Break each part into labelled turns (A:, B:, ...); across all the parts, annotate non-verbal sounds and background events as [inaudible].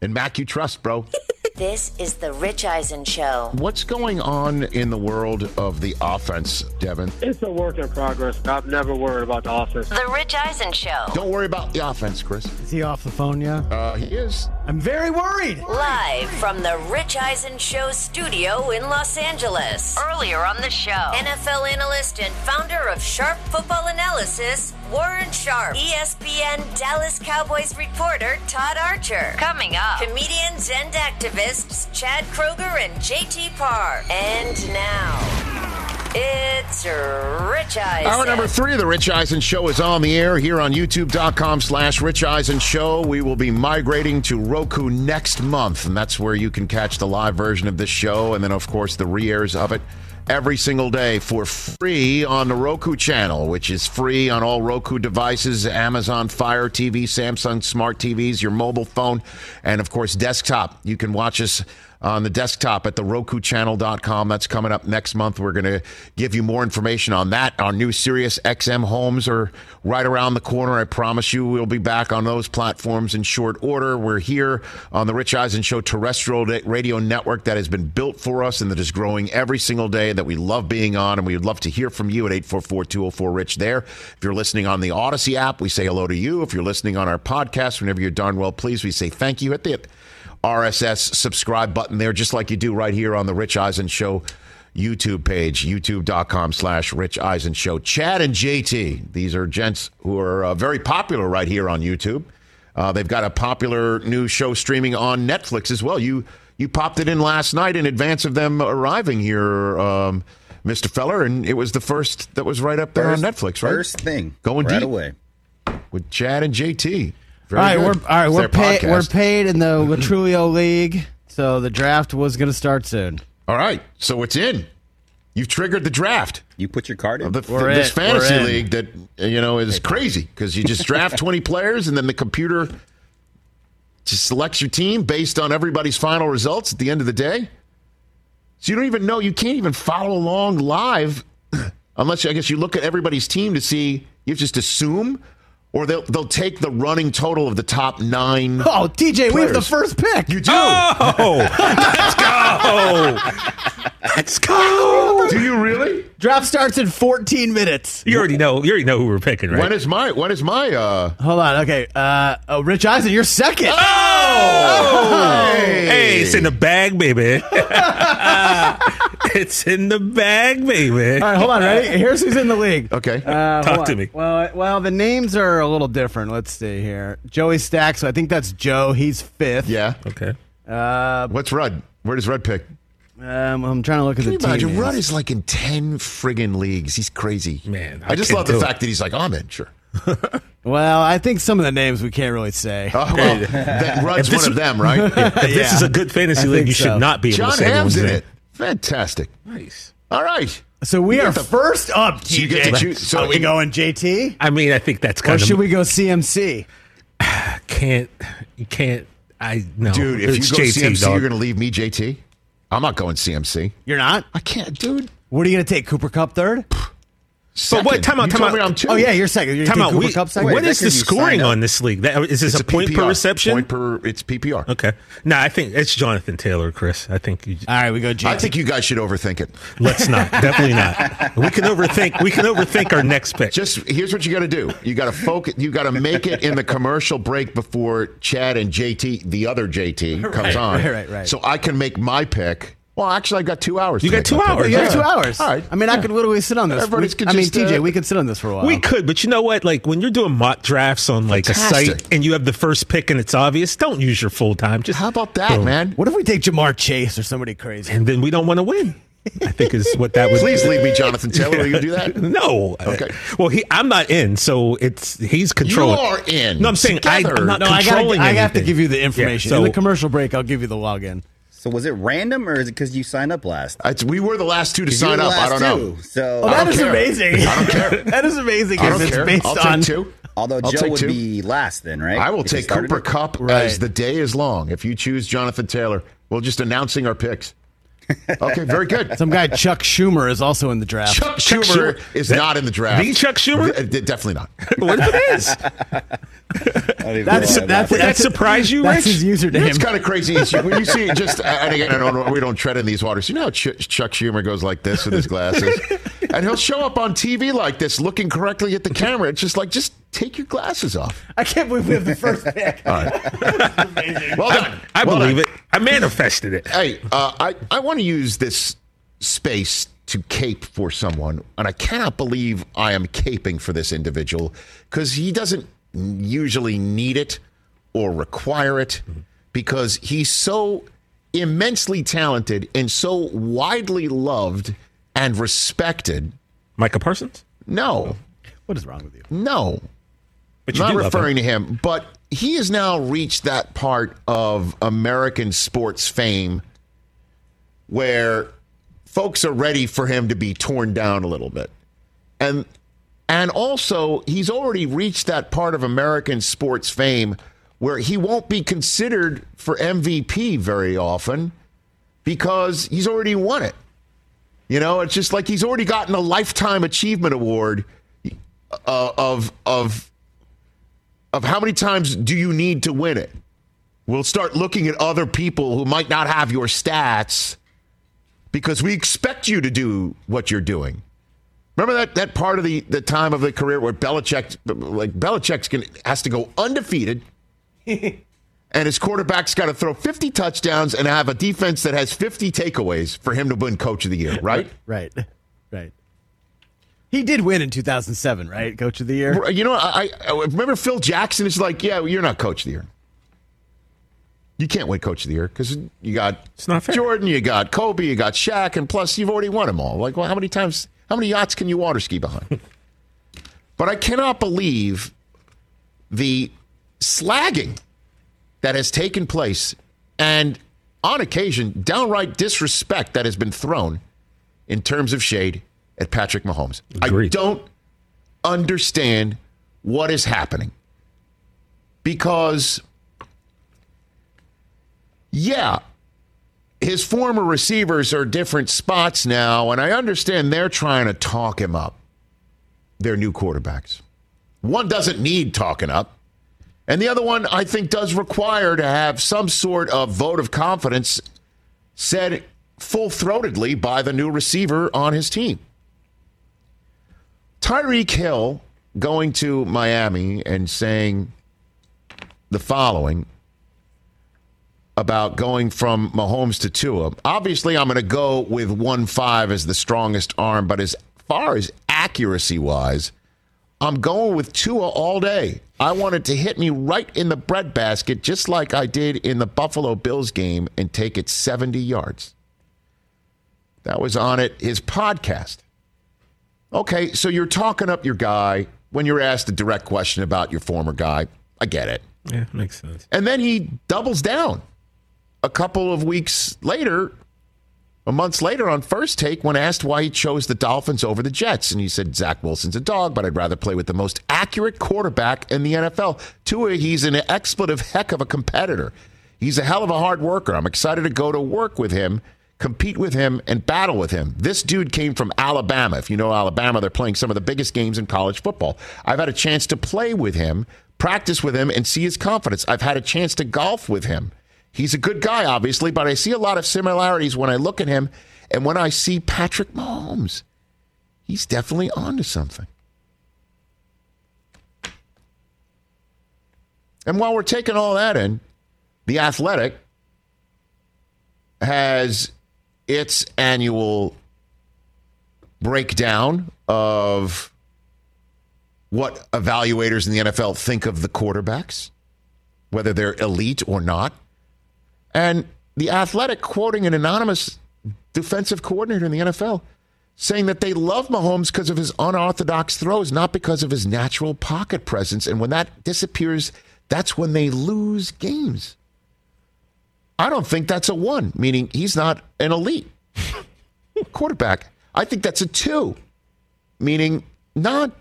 A: And Mac, you trust, bro.
B: This is the Rich Eisen Show.
A: What's going on in the world of the offense, Devin?
C: It's a work in progress. I'm never worried about the offense.
B: The Rich Eisen Show.
A: Don't worry about the offense, Chris.
D: Is he off the phone yet?
A: Uh, he is.
D: I'm very worried.
B: Live from the Rich Eisen Show studio in Los Angeles. Earlier on the show, NFL analyst and founder of Sharp Football Analysis, Warren Sharp. E ESPN Dallas Cowboys reporter, Todd Archer. Coming up, comedians and activists, Chad Kroger and JT Parr. And now, it's Rich Eisen.
A: Hour number three of the Rich Eisen Show is on the air here on youtube.com slash Rich Eisen Show. We will be migrating to Roku next month, and that's where you can catch the live version of this show and then, of course, the re airs of it every single day for free on the Roku channel, which is free on all Roku devices, Amazon Fire TV, Samsung Smart TVs, your mobile phone, and of course, desktop. You can watch us on the desktop at the rokuchannel.com. That's coming up next month. We're going to give you more information on that. Our new Sirius XM homes are right around the corner. I promise you we'll be back on those platforms in short order. We're here on the Rich Eisen Show terrestrial radio network that has been built for us and that is growing every single day that we love being on. And we would love to hear from you at 844-204-RICH there. If you're listening on the Odyssey app, we say hello to you. If you're listening on our podcast, whenever you're darn well pleased, we say thank you at the RSS subscribe button there, just like you do right here on the Rich Eisen Show YouTube page, youtube.com slash Rich Eisen Show. Chad and JT, these are gents who are uh, very popular right here on YouTube. Uh, they've got a popular new show streaming on Netflix as well. You you popped it in last night in advance of them arriving here, um, Mr. Feller, and it was the first that was right up there
E: First-
A: on Netflix, right?
E: First thing.
A: Going
E: right
A: deep.
E: away.
A: with Chad and JT. Very
D: all right,
A: good.
D: we're all right.
A: It's
D: We're
A: their
D: paid. We're
A: podcast.
D: paid in [clears throat] the Latrulio League, so the draft was going to start soon.
A: All right, so it's in. You've triggered the draft.
E: You put your card in.
A: of Oh, the,
E: [laughs]
D: We're
A: this
D: in.
A: fantasy
D: We're in.
A: league that uh, you know is crazy because you just
F: [laughs]
A: draft 20 players and then the computer just selects your team based on everybody's final results at the end of the day. So you don't even know you can't even follow along live [clears throat] unless I guess you look at everybody's team to see you just assume or they'll they'll take the running total of the top
F: [laughs]
A: 9
D: Oh, TJ, we have the
A: Players.
D: first pick.
A: You do.
F: Ah!
E: Oh!
A: Oh!
E: [laughs] Let's go.
A: Do you really?
D: Draft starts in 14 minutes.
F: You already know. You already know who we're picking, right?
A: When is my when is my uh
D: Hold on. Okay. Uh, oh, Rich Eisen, you're
A: [laughs]
D: second.
F: oh, hey, it's in the bag, baby. [laughs] it's in the bag, baby.
D: All right, hold on. Ready? Here's who's in the league.
A: Okay.
D: Uh,
F: Talk
D: hold
F: to
D: on.
F: me.
D: Well, I- well, the names are a little different. Let's see here. Joey Stack. So I think that's Joe. He's fifth.
A: yeah.
F: Okay.
D: Uh,
A: What's Rudd? Where does Rudd pick?
D: um, I'm trying to look at
A: Can
D: the
A: you imagine?
D: team.
A: Rudd
D: names.
A: is like in 10 friggin' leagues. He's crazy.
F: Man,
A: I,
F: I
A: just
F: can't
A: love the
F: do it.
A: fact that he's like, I'm in, sure.
D: Well, I think some of the names we can't really say.
A: Oh, [laughs] well, that Rudd's
F: If this
A: one of
F: was-
A: them, [laughs] right?
F: If this is a good fantasy
D: I
F: league,
D: think
F: you
D: so.
F: should not be able
A: John
F: to say
A: Hamm's in
F: everyone's
A: it. Fantastic.
F: name. Nice.
A: All right.
F: Oh,
D: So we
A: You
D: are
A: get the-
D: first up,
A: So you get
D: TJ.
A: to choose- so
D: are we
A: in-
D: going JT?
F: I mean, I think that's
D: Or
F: kind
D: should
F: of
D: we go CMC?
F: can't. You can't. I no,
A: Dude, if
F: it's
A: you go
F: JT,
A: CMC,
F: dog.
A: you're going to leave me JT? I'm not going CMC.
D: You're not?
A: I can't, dude.
D: What are you going to take? Cooper Cup third?
A: Second.
F: what? Time out,
A: You
F: time
A: told
F: out.
A: me I'm two.
D: Oh, yeah, you're second. You're
F: Time
D: taking
F: out.
D: Cooper
F: We,
D: Cup second?
F: what
E: Wait,
F: is
E: that
F: the
E: could be
F: scoring
E: signed up.
F: on this league? That, is this
A: It's
F: a, point per
A: PPR.
F: reception?
A: Point per, it's PPR.
F: okay. No, I think it's Jonathan Taylor, Chris. I think you,
D: All right, we go JT.
A: I think you guys should overthink it.
F: let's not. Definitely not. We can overthink. We can overthink our next pick.
A: Just here's what you got to do. You got to focus. You got to make it in the commercial break before Chad and JT, the other JT, comes on.
D: right, right, right.
A: So I can make my pick. Well, actually, I got two hours.
F: You
A: to
F: got
A: make
F: two
A: my pick.
F: hours.
D: you got
F: Yeah.
D: two hours.
A: All right.
D: I mean, I could literally sit on this.
A: Everybody
D: We-
A: could
D: I mean,
A: just,
D: TJ,
A: uh,
D: we could sit on this for a while.
F: We could, but you know what? Like when you're doing mock drafts on like a
A: Fantastic.
F: site and you have the first pick and it's obvious, don't use your full time. Just
A: How about that,
F: Boom.
A: man?
D: What if we take Jamar Chase or somebody crazy?
F: and then we don't want to win. I think is what that
A: [laughs] [laughs]
F: would.
A: Please leave me,
D: [laughs]
A: Jonathan Taylor. Will you do that?
F: No.
A: Okay.
F: Well, he, I'm not in, so it's he's controlling.
A: are in.
F: No, I'm saying I,
A: Together.
F: am not
D: No, I, gotta,
F: controlling.
D: I have to
F: anything.
D: give you the information.
F: Yeah,
D: In
F: so
D: the commercial break, I'll give you the login.
E: So was it random or is it because you signed up last?
A: It's- we were the last two to
E: You were
A: sign
E: the
A: up. I don't
E: last
A: know.
E: two, So
D: Oh, that
A: don't
D: is
A: care.
D: amazing.
A: I don't care.
D: [laughs] that is amazing.
A: I
D: if
A: don't
D: it's
A: care.
D: based
A: I'll
D: on
A: take two.
E: although
A: I'll
E: Joe
A: take
E: would
A: two.
E: be last then, right?
A: I will
E: If he
A: take
E: started
A: Cooper
E: it.
A: Cup
D: Right.
E: [laughs]
A: as the day is long. If you choose Jonathan Taylor, we're just announcing our picks. Okay, very good.
D: Some guy Chuck Schumer is also in the draft.
A: Chuck
F: Chuck
A: Schumer
F: Schumer.
A: is
F: That-
A: not in the draft.
F: the Chuck Schumer?
A: Uh, d- Definitely
F: [laughs]
A: not.
F: [laughs] what if it
A: [laughs]
F: is?
D: That's- that's-
F: Would that surprise you,
D: That's
F: Rich?
D: his username.
A: It's kind of crazy. It's- when you
F: [laughs]
A: see just, uh, and again, I don't, we don't tread in these waters. You know how Ch- Chuck Schumer goes like this with his
F: [laughs]
A: glasses, and he'll show up on TV like this, looking correctly at the camera. It's just like, just take your glasses off.
D: I can't believe we have
A: [laughs]
D: the first pick.
A: Uh, Well done.
F: I
A: Well
F: believe
A: done.
F: it. I manifested it.
A: Hey, uh, I I want to use this space to cape for someone, and I cannot believe I am caping for this individual because he doesn't usually need it or require it because he's so immensely talented and so widely loved and respected.
F: Micah Parsons?
A: No,
D: What is wrong with you?
A: no,
F: But
A: I'm
F: you
A: not
F: do love him.
A: referring to him, but he has now reached that part of American sports fame where folks are ready for him to be torn down a little bit. And and also he's already reached that part of American sports fame where he won't be considered for MVP very often because he's already won it. You know, it's just like he's already gotten a lifetime achievement award uh, of of of how many times do you need to win it? We'll start looking at other people who might not have your stats because we expect you to do what you're doing. Remember that, that part of the, the time of the career where Belichick like Belichick's gonna, has to go undefeated and his quarterback's got to throw 50 touchdowns and have a defense that has 50 takeaways for him to win coach of the year, right?
D: Right. Right. He did win in 2007, right? Coach of the year.
A: You know, I, I remember Phil Jackson is like, yeah, you're not coach of the year. You can't win coach of the year because you got
F: It's not fair.
A: Jordan, you got Kobe, you got Shaq, and plus you've already won them all. Like, well, how many times, how many yachts can you water ski
F: [laughs]
A: behind? but I cannot believe the slagging that has taken place and on occasion downright disrespect that has been thrown in terms of shade at Patrick Mahomes.
F: Agreed.
A: I don't understand what is happening because yeah his former receivers are different spots now and i understand they're trying to talk him up their new quarterbacks one doesn't need talking up and the other one i think does require to have some sort of vote of confidence said full-throatedly by the new receiver on his team Tyreek Hill going to Miami and saying the following about going from Mahomes to Tua. Obviously, I'm going to go with 1 5 as the strongest arm, but as far as accuracy wise, I'm going with Tua all day. I want it to hit me right in the breadbasket, just like I did in the Buffalo Bills game, and take it 70 yards. That was on it, his podcast. Okay, so you're talking up your guy when you're asked a direct question about your former guy. I get it.
F: Yeah, makes sense.
A: And then he doubles down a couple of weeks later, a month later on first take, when asked why he chose the Dolphins over the Jets. And he said, Zach Wilson's a dog, but I'd rather play with the most accurate quarterback in the NFL. Tua, he's an expletive heck of a competitor. He's a hell of a hard worker. I'm excited to go to work with him, compete with him, and battle with him. This dude came from Alabama. If you know Alabama, they're playing some of the biggest games in college football. I've had a chance to play with him, practice with him, and see his confidence. I've had a chance to golf with him. He's a good guy, obviously, but I see a lot of similarities when I look at him and when I see Patrick Mahomes. He's definitely onto something. And while we're taking all that in, The Athletic has its annual breakdown of what evaluators in the NFL think of the quarterbacks, whether they're elite or not. And the Athletic quoting an anonymous defensive coordinator in the NFL saying that they love Mahomes because of his unorthodox throws, not because of his natural pocket presence. And when that disappears, that's when they lose games. I don't think that's a one, meaning he's not an elite [laughs] quarterback. I think that's a two, meaning not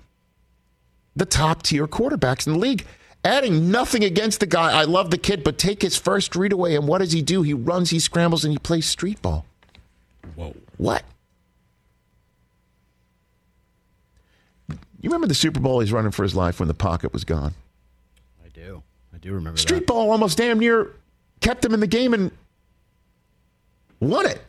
A: the top tier quarterbacks in the league. Adding nothing against the guy. I love the kid, but take his first read away, and what does he do? He runs, he scrambles, and he plays street ball.
F: Whoa.
A: What? You remember the Super Bowl he's running for his life when the pocket was gone?
D: I do. I do remember
A: Street ball almost damn near kept him in the game and won it.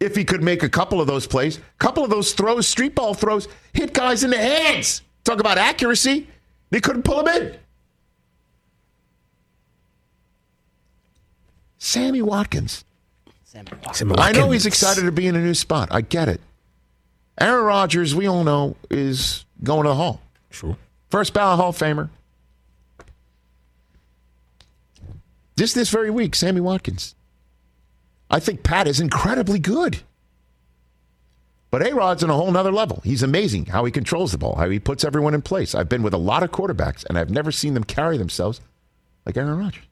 A: If he could make a couple of those plays, couple of those throws, street ball throws, hit guys in the heads. Talk about accuracy. They couldn't pull him in. Sammy Watkins. I know he's excited to be in a new spot. I get it. Aaron Rodgers, we all know, is going to the Hall.
F: Sure.
A: First ballot Hall of Famer. Just this very week, Sammy Watkins. I think Pat is incredibly good. But A Rod's on a whole nother level. He's amazing how he controls the ball, how he puts everyone in place. I've been with a lot of quarterbacks, and I've never seen them carry themselves like Aaron Rodgers.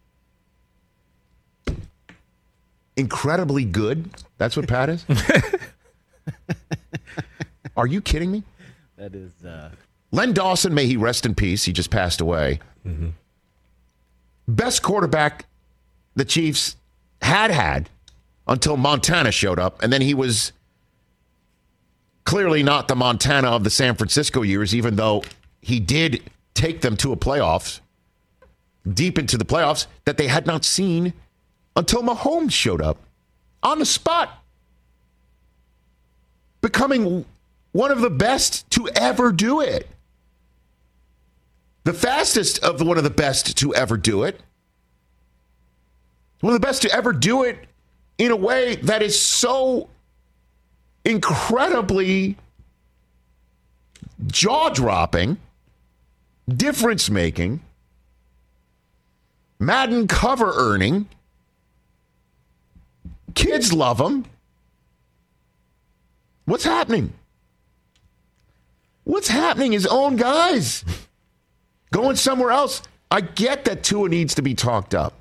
A: Incredibly good. That's what Pat is. Are you kidding me?
D: That is. Uh,
A: Len Dawson, may he rest in peace. He just passed away. Best quarterback the Chiefs had had until Montana showed up, and then he was clearly not the Montana of the San Francisco years, even though he did take them to a playoffs, deep into the playoffs that they had not seen until Mahomes showed up on the spot, becoming one of the best to ever do it. The fastest of one of the best to ever do it. One of the best to ever do it in a way that is so incredibly jaw dropping, difference making, Madden cover earning. Kids love him. What's happening? What's happening? His own guys going somewhere else. I get that Tua needs to be talked up.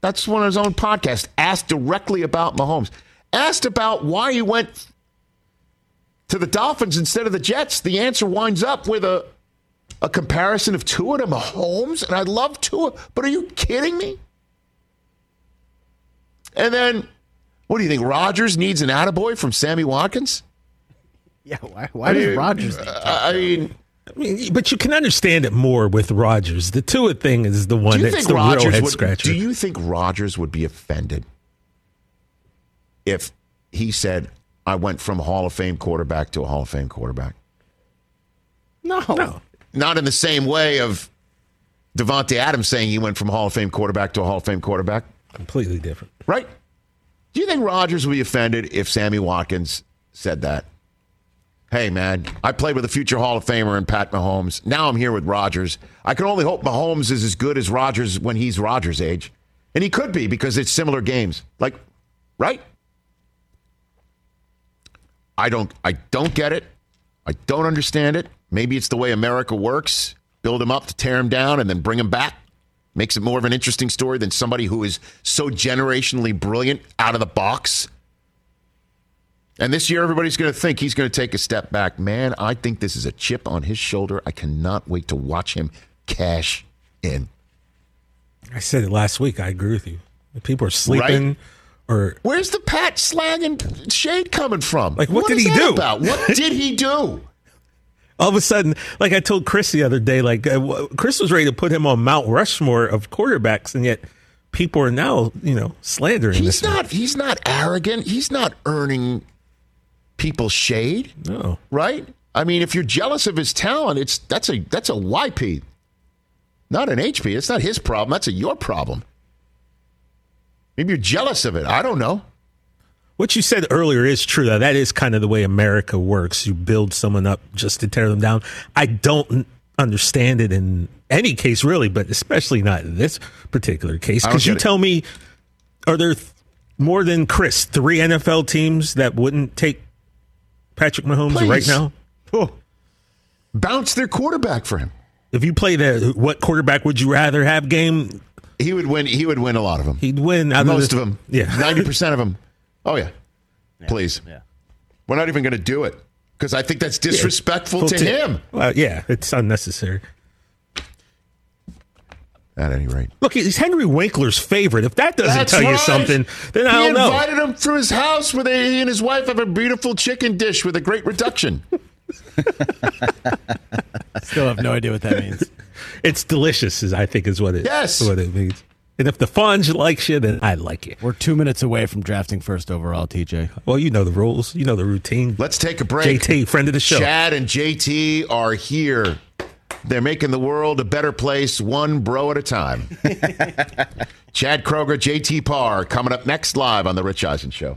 A: That's one of his own podcasts. Asked directly about Mahomes. Asked about why he went to the Dolphins instead of the Jets. The answer winds up with a a comparison of Tua to Mahomes, and I love Tua, but are you kidding me? And then, what do you think? Rogers needs an attaboy from Sammy Watkins?
D: yeah. Why, why does Rogers?
A: I I mean,
F: I mean, but you can understand it more with Rogers. The Tua thing is the one
A: do you
F: that's
A: think
F: the real
A: Rogers
F: head
A: would?
F: scratcher.
A: Do you think Rogers would be offended if he said, "I went from Hall of Fame quarterback to a Hall of Fame quarterback"?
D: No.
F: no.
A: Not in the same way of Devontae Adams saying he went from Hall of Fame quarterback to a Hall of Fame quarterback,
F: Completely different.
A: right? Do you think Rogers would be offended if Sammy Watkins said that? Hey man, I played with a future Hall of Famer and Pat Mahomes. Now I'm here with Rodgers. I can only hope Mahomes is as good as Rodgers when he's Rodgers' age. And he could be because it's similar games. Like, right? I don't I don't get it. I don't understand it. Maybe it's the way America works. Build him up to tear him down and then bring him back. Makes it more of an interesting story than somebody who is so generationally brilliant out of the box. And this year, everybody's going to think he's going to take a step back. Man, I think this is a chip on his shoulder. I cannot wait to watch him cash in.
F: I said it last week. I agree with you. People are sleeping or
A: Where's the Pat slag and shade coming from?
F: Like, what did
A: is
F: he
A: that
F: do?
A: About?
F: [laughs]
A: What did he do?
F: all of a sudden, like I told Chris the other day, like uh, w- Chris was ready to put him on Mount Rushmore of quarterbacks, and yet people are now, you know, slandering
A: He's
F: this. man.
A: not. He's not arrogant. He's not earning people's shade,
F: No,
A: right? I mean, if you're jealous of his talent, it's that's a that's a YP, not an HP. It's not his problem. That's a your problem. Maybe you're jealous of it. I don't know.
F: what you said earlier is true. Though. That is kind of the way America works. You build someone up just to tear them down. I don't n- understand it in any case, really, but especially not in this particular case.
A: I don't
F: Because you
A: get it.
F: tell me, are there th- more than Chris three NFL teams that wouldn't take Patrick Mahomes right
A: Please. Oh.
F: now?
A: Bounce their quarterback for him.
F: If you play the what quarterback would you rather have game,
A: He would win. He would win a lot of them.
F: he'd win. out
A: Most of
F: the-
A: them. [laughs]
F: Yeah.
A: ninety percent of them. Oh yeah. Please.
D: Yeah.
A: We're not even going to do it because I think that's disrespectful
F: Full
A: to
F: team.
A: him.
F: Well, yeah, it's unnecessary.
A: At any rate,
F: Look, he's Henry Winkler's favorite. If that doesn't
A: That's
F: tell you
A: right.
F: something, then I
A: he
F: don't know.
A: invited him to his house where they, he and his wife have a beautiful chicken dish with a great reduction.
D: Still have no idea what that
A: [laughs]
D: means.
F: It's delicious, is I think is what it
A: Yes.
F: what it means. And if the Fonz likes you, then I like you.
D: We're two minutes away from drafting first overall, TJ.
F: Well, you know the rules. You know the routine.
A: Let's take a break.
F: JT, friend of the show.
A: Chad and JT are here. They're making the world a better place, one bro at a
F: [laughs]
A: time. Chad Kroger, JT Parr, coming up next live on The Rich Eisen Show.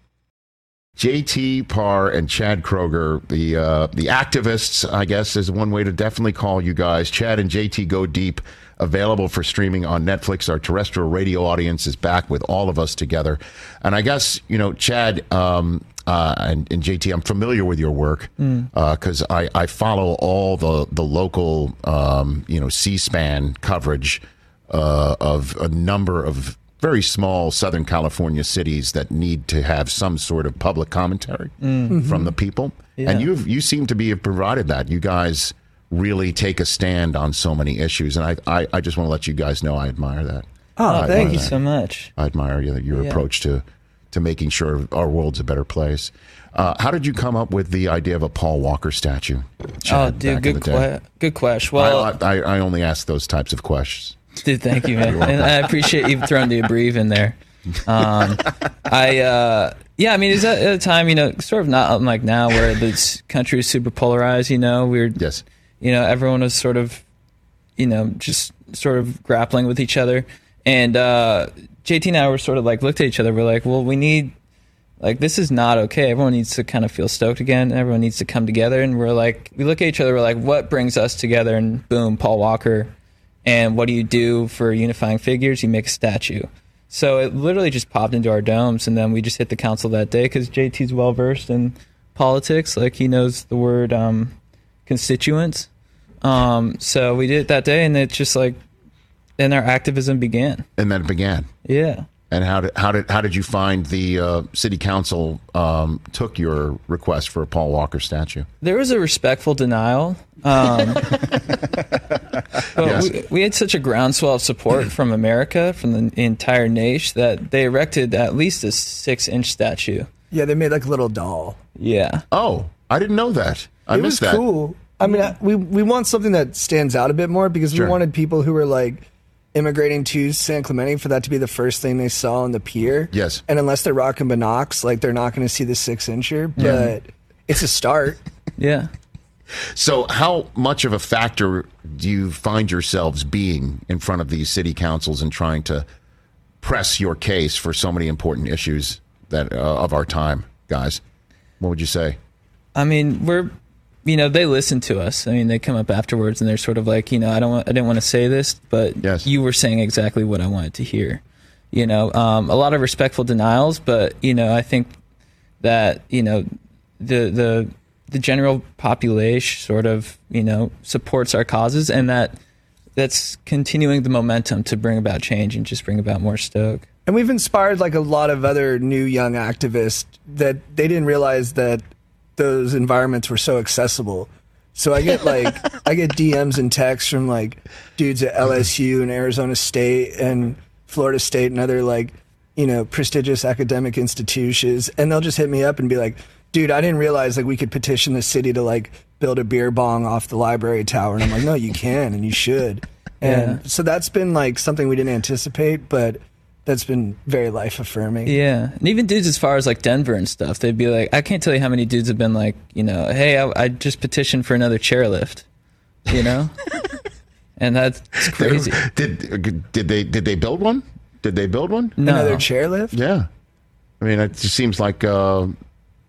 A: JT Parr and Chad Kroger, the uh, the activists, I guess, is one way to definitely call you guys. Chad and JT go deep. Available for streaming on Netflix. Our terrestrial radio audience is back with all of us together, and I guess you know, Chad um, uh, and, and JT. I'm familiar with your work because I, I follow all the the local um, you know C-SPAN coverage uh, of a number of very small Southern California cities that need to have some sort of public commentary
G: Mm-hmm.
A: from the people. And you you seem to be have provided that. You guys really take a stand on so many issues, and I I, I just want to let you guys know I admire that. I
G: Oh,
A: admire
G: thank you
A: that.
G: so much.
A: I admire your, your approach to to making sure our world's a better place. Uh, how did you come up with the idea of a Paul Walker statue?
G: Oh,
A: Chad,
G: dude,
A: back in
G: good,
A: the day?
G: que- good question.
A: I,
G: Well,
A: I, I only ask those types of questions.
G: Dude, thank you,
A: [laughs]
G: man. And I appreciate you throwing the abreve in there. Um, I, uh, yeah, I mean, is that at a time, you know, sort of not unlike now where this country is super polarized, you know, we're,
A: Yes.
G: you know, everyone was sort of, you know, just sort of grappling with each other. And, uh, JT and I were sort of like, looked at each other. We're like, well, we need, like, this is not okay. Everyone needs to kind of feel stoked again. And everyone needs to come together. And we're like, we look at each other. We're like, what brings us together? And boom, Paul Walker and what do you do for unifying figures? You make a statue. So it literally just popped into our domes, and then we just hit the council that day because JT's well versed in politics. Like he knows the word um, constituents. Um, so we did it that day, and it just like, then our activism began.
A: And then it began.
G: Yeah.
A: And how did how did how did you find the uh, city council um, took your request for a Paul Walker statue?
G: There was a respectful denial. Um, but we, we had such a groundswell of support from America, from the entire nation, that they erected at least a six inch statue.
H: Yeah, they made like a little doll.
G: Yeah.
A: Oh, I didn't know that. I
H: it
A: missed
H: was
A: that.
H: cool. I mean, I, we we want something that stands out a bit more because
A: Sure.
H: we wanted people who were like immigrating to San Clemente for that to be the first thing they saw on the pier.
A: Yes.
H: And unless they're rocking binocs, like they're not going to see the six incher, but it's a start.
G: Yeah.
A: So, how much of a factor do you find yourselves being in front of these city councils and trying to press your case for so many important issues that uh, of our time, guys? What would you say?
G: I mean, we're, you know, they listen to us. I mean, they come up afterwards and they're sort of like, you know, I don't, want, I didn't want to say this, but
A: Yes.
G: you were saying exactly what I wanted to hear. You know, um, a lot of respectful denials, but you know, I think that you know, the the the general population sort of you know supports our causes, and that that's continuing the momentum to bring about change and just bring about more Stoke.
H: And we've inspired like a lot of other new young activists that they didn't realize that those environments were so accessible. So I get like I get DMs and texts from like dudes at LSU and Arizona State and Florida State and other like you know prestigious academic institutions, and they'll just hit me up and be like, "Dude, I didn't realize like we could petition the city to like build a beer bong off the library tower." And I'm like, "No, you can and you should." And so that's been like something we didn't anticipate, but that's been very life affirming.
G: Yeah, and even dudes as far as like Denver and stuff, they'd be like, I can't tell you how many dudes have been like, you know, hey, I, I just petitioned for another chairlift, you know, and that's
A: [laughs]
G: it's crazy.
A: Did did they did they build one? Did they build one?
G: No,
H: Another chairlift?
A: Yeah. I mean, it just seems like uh,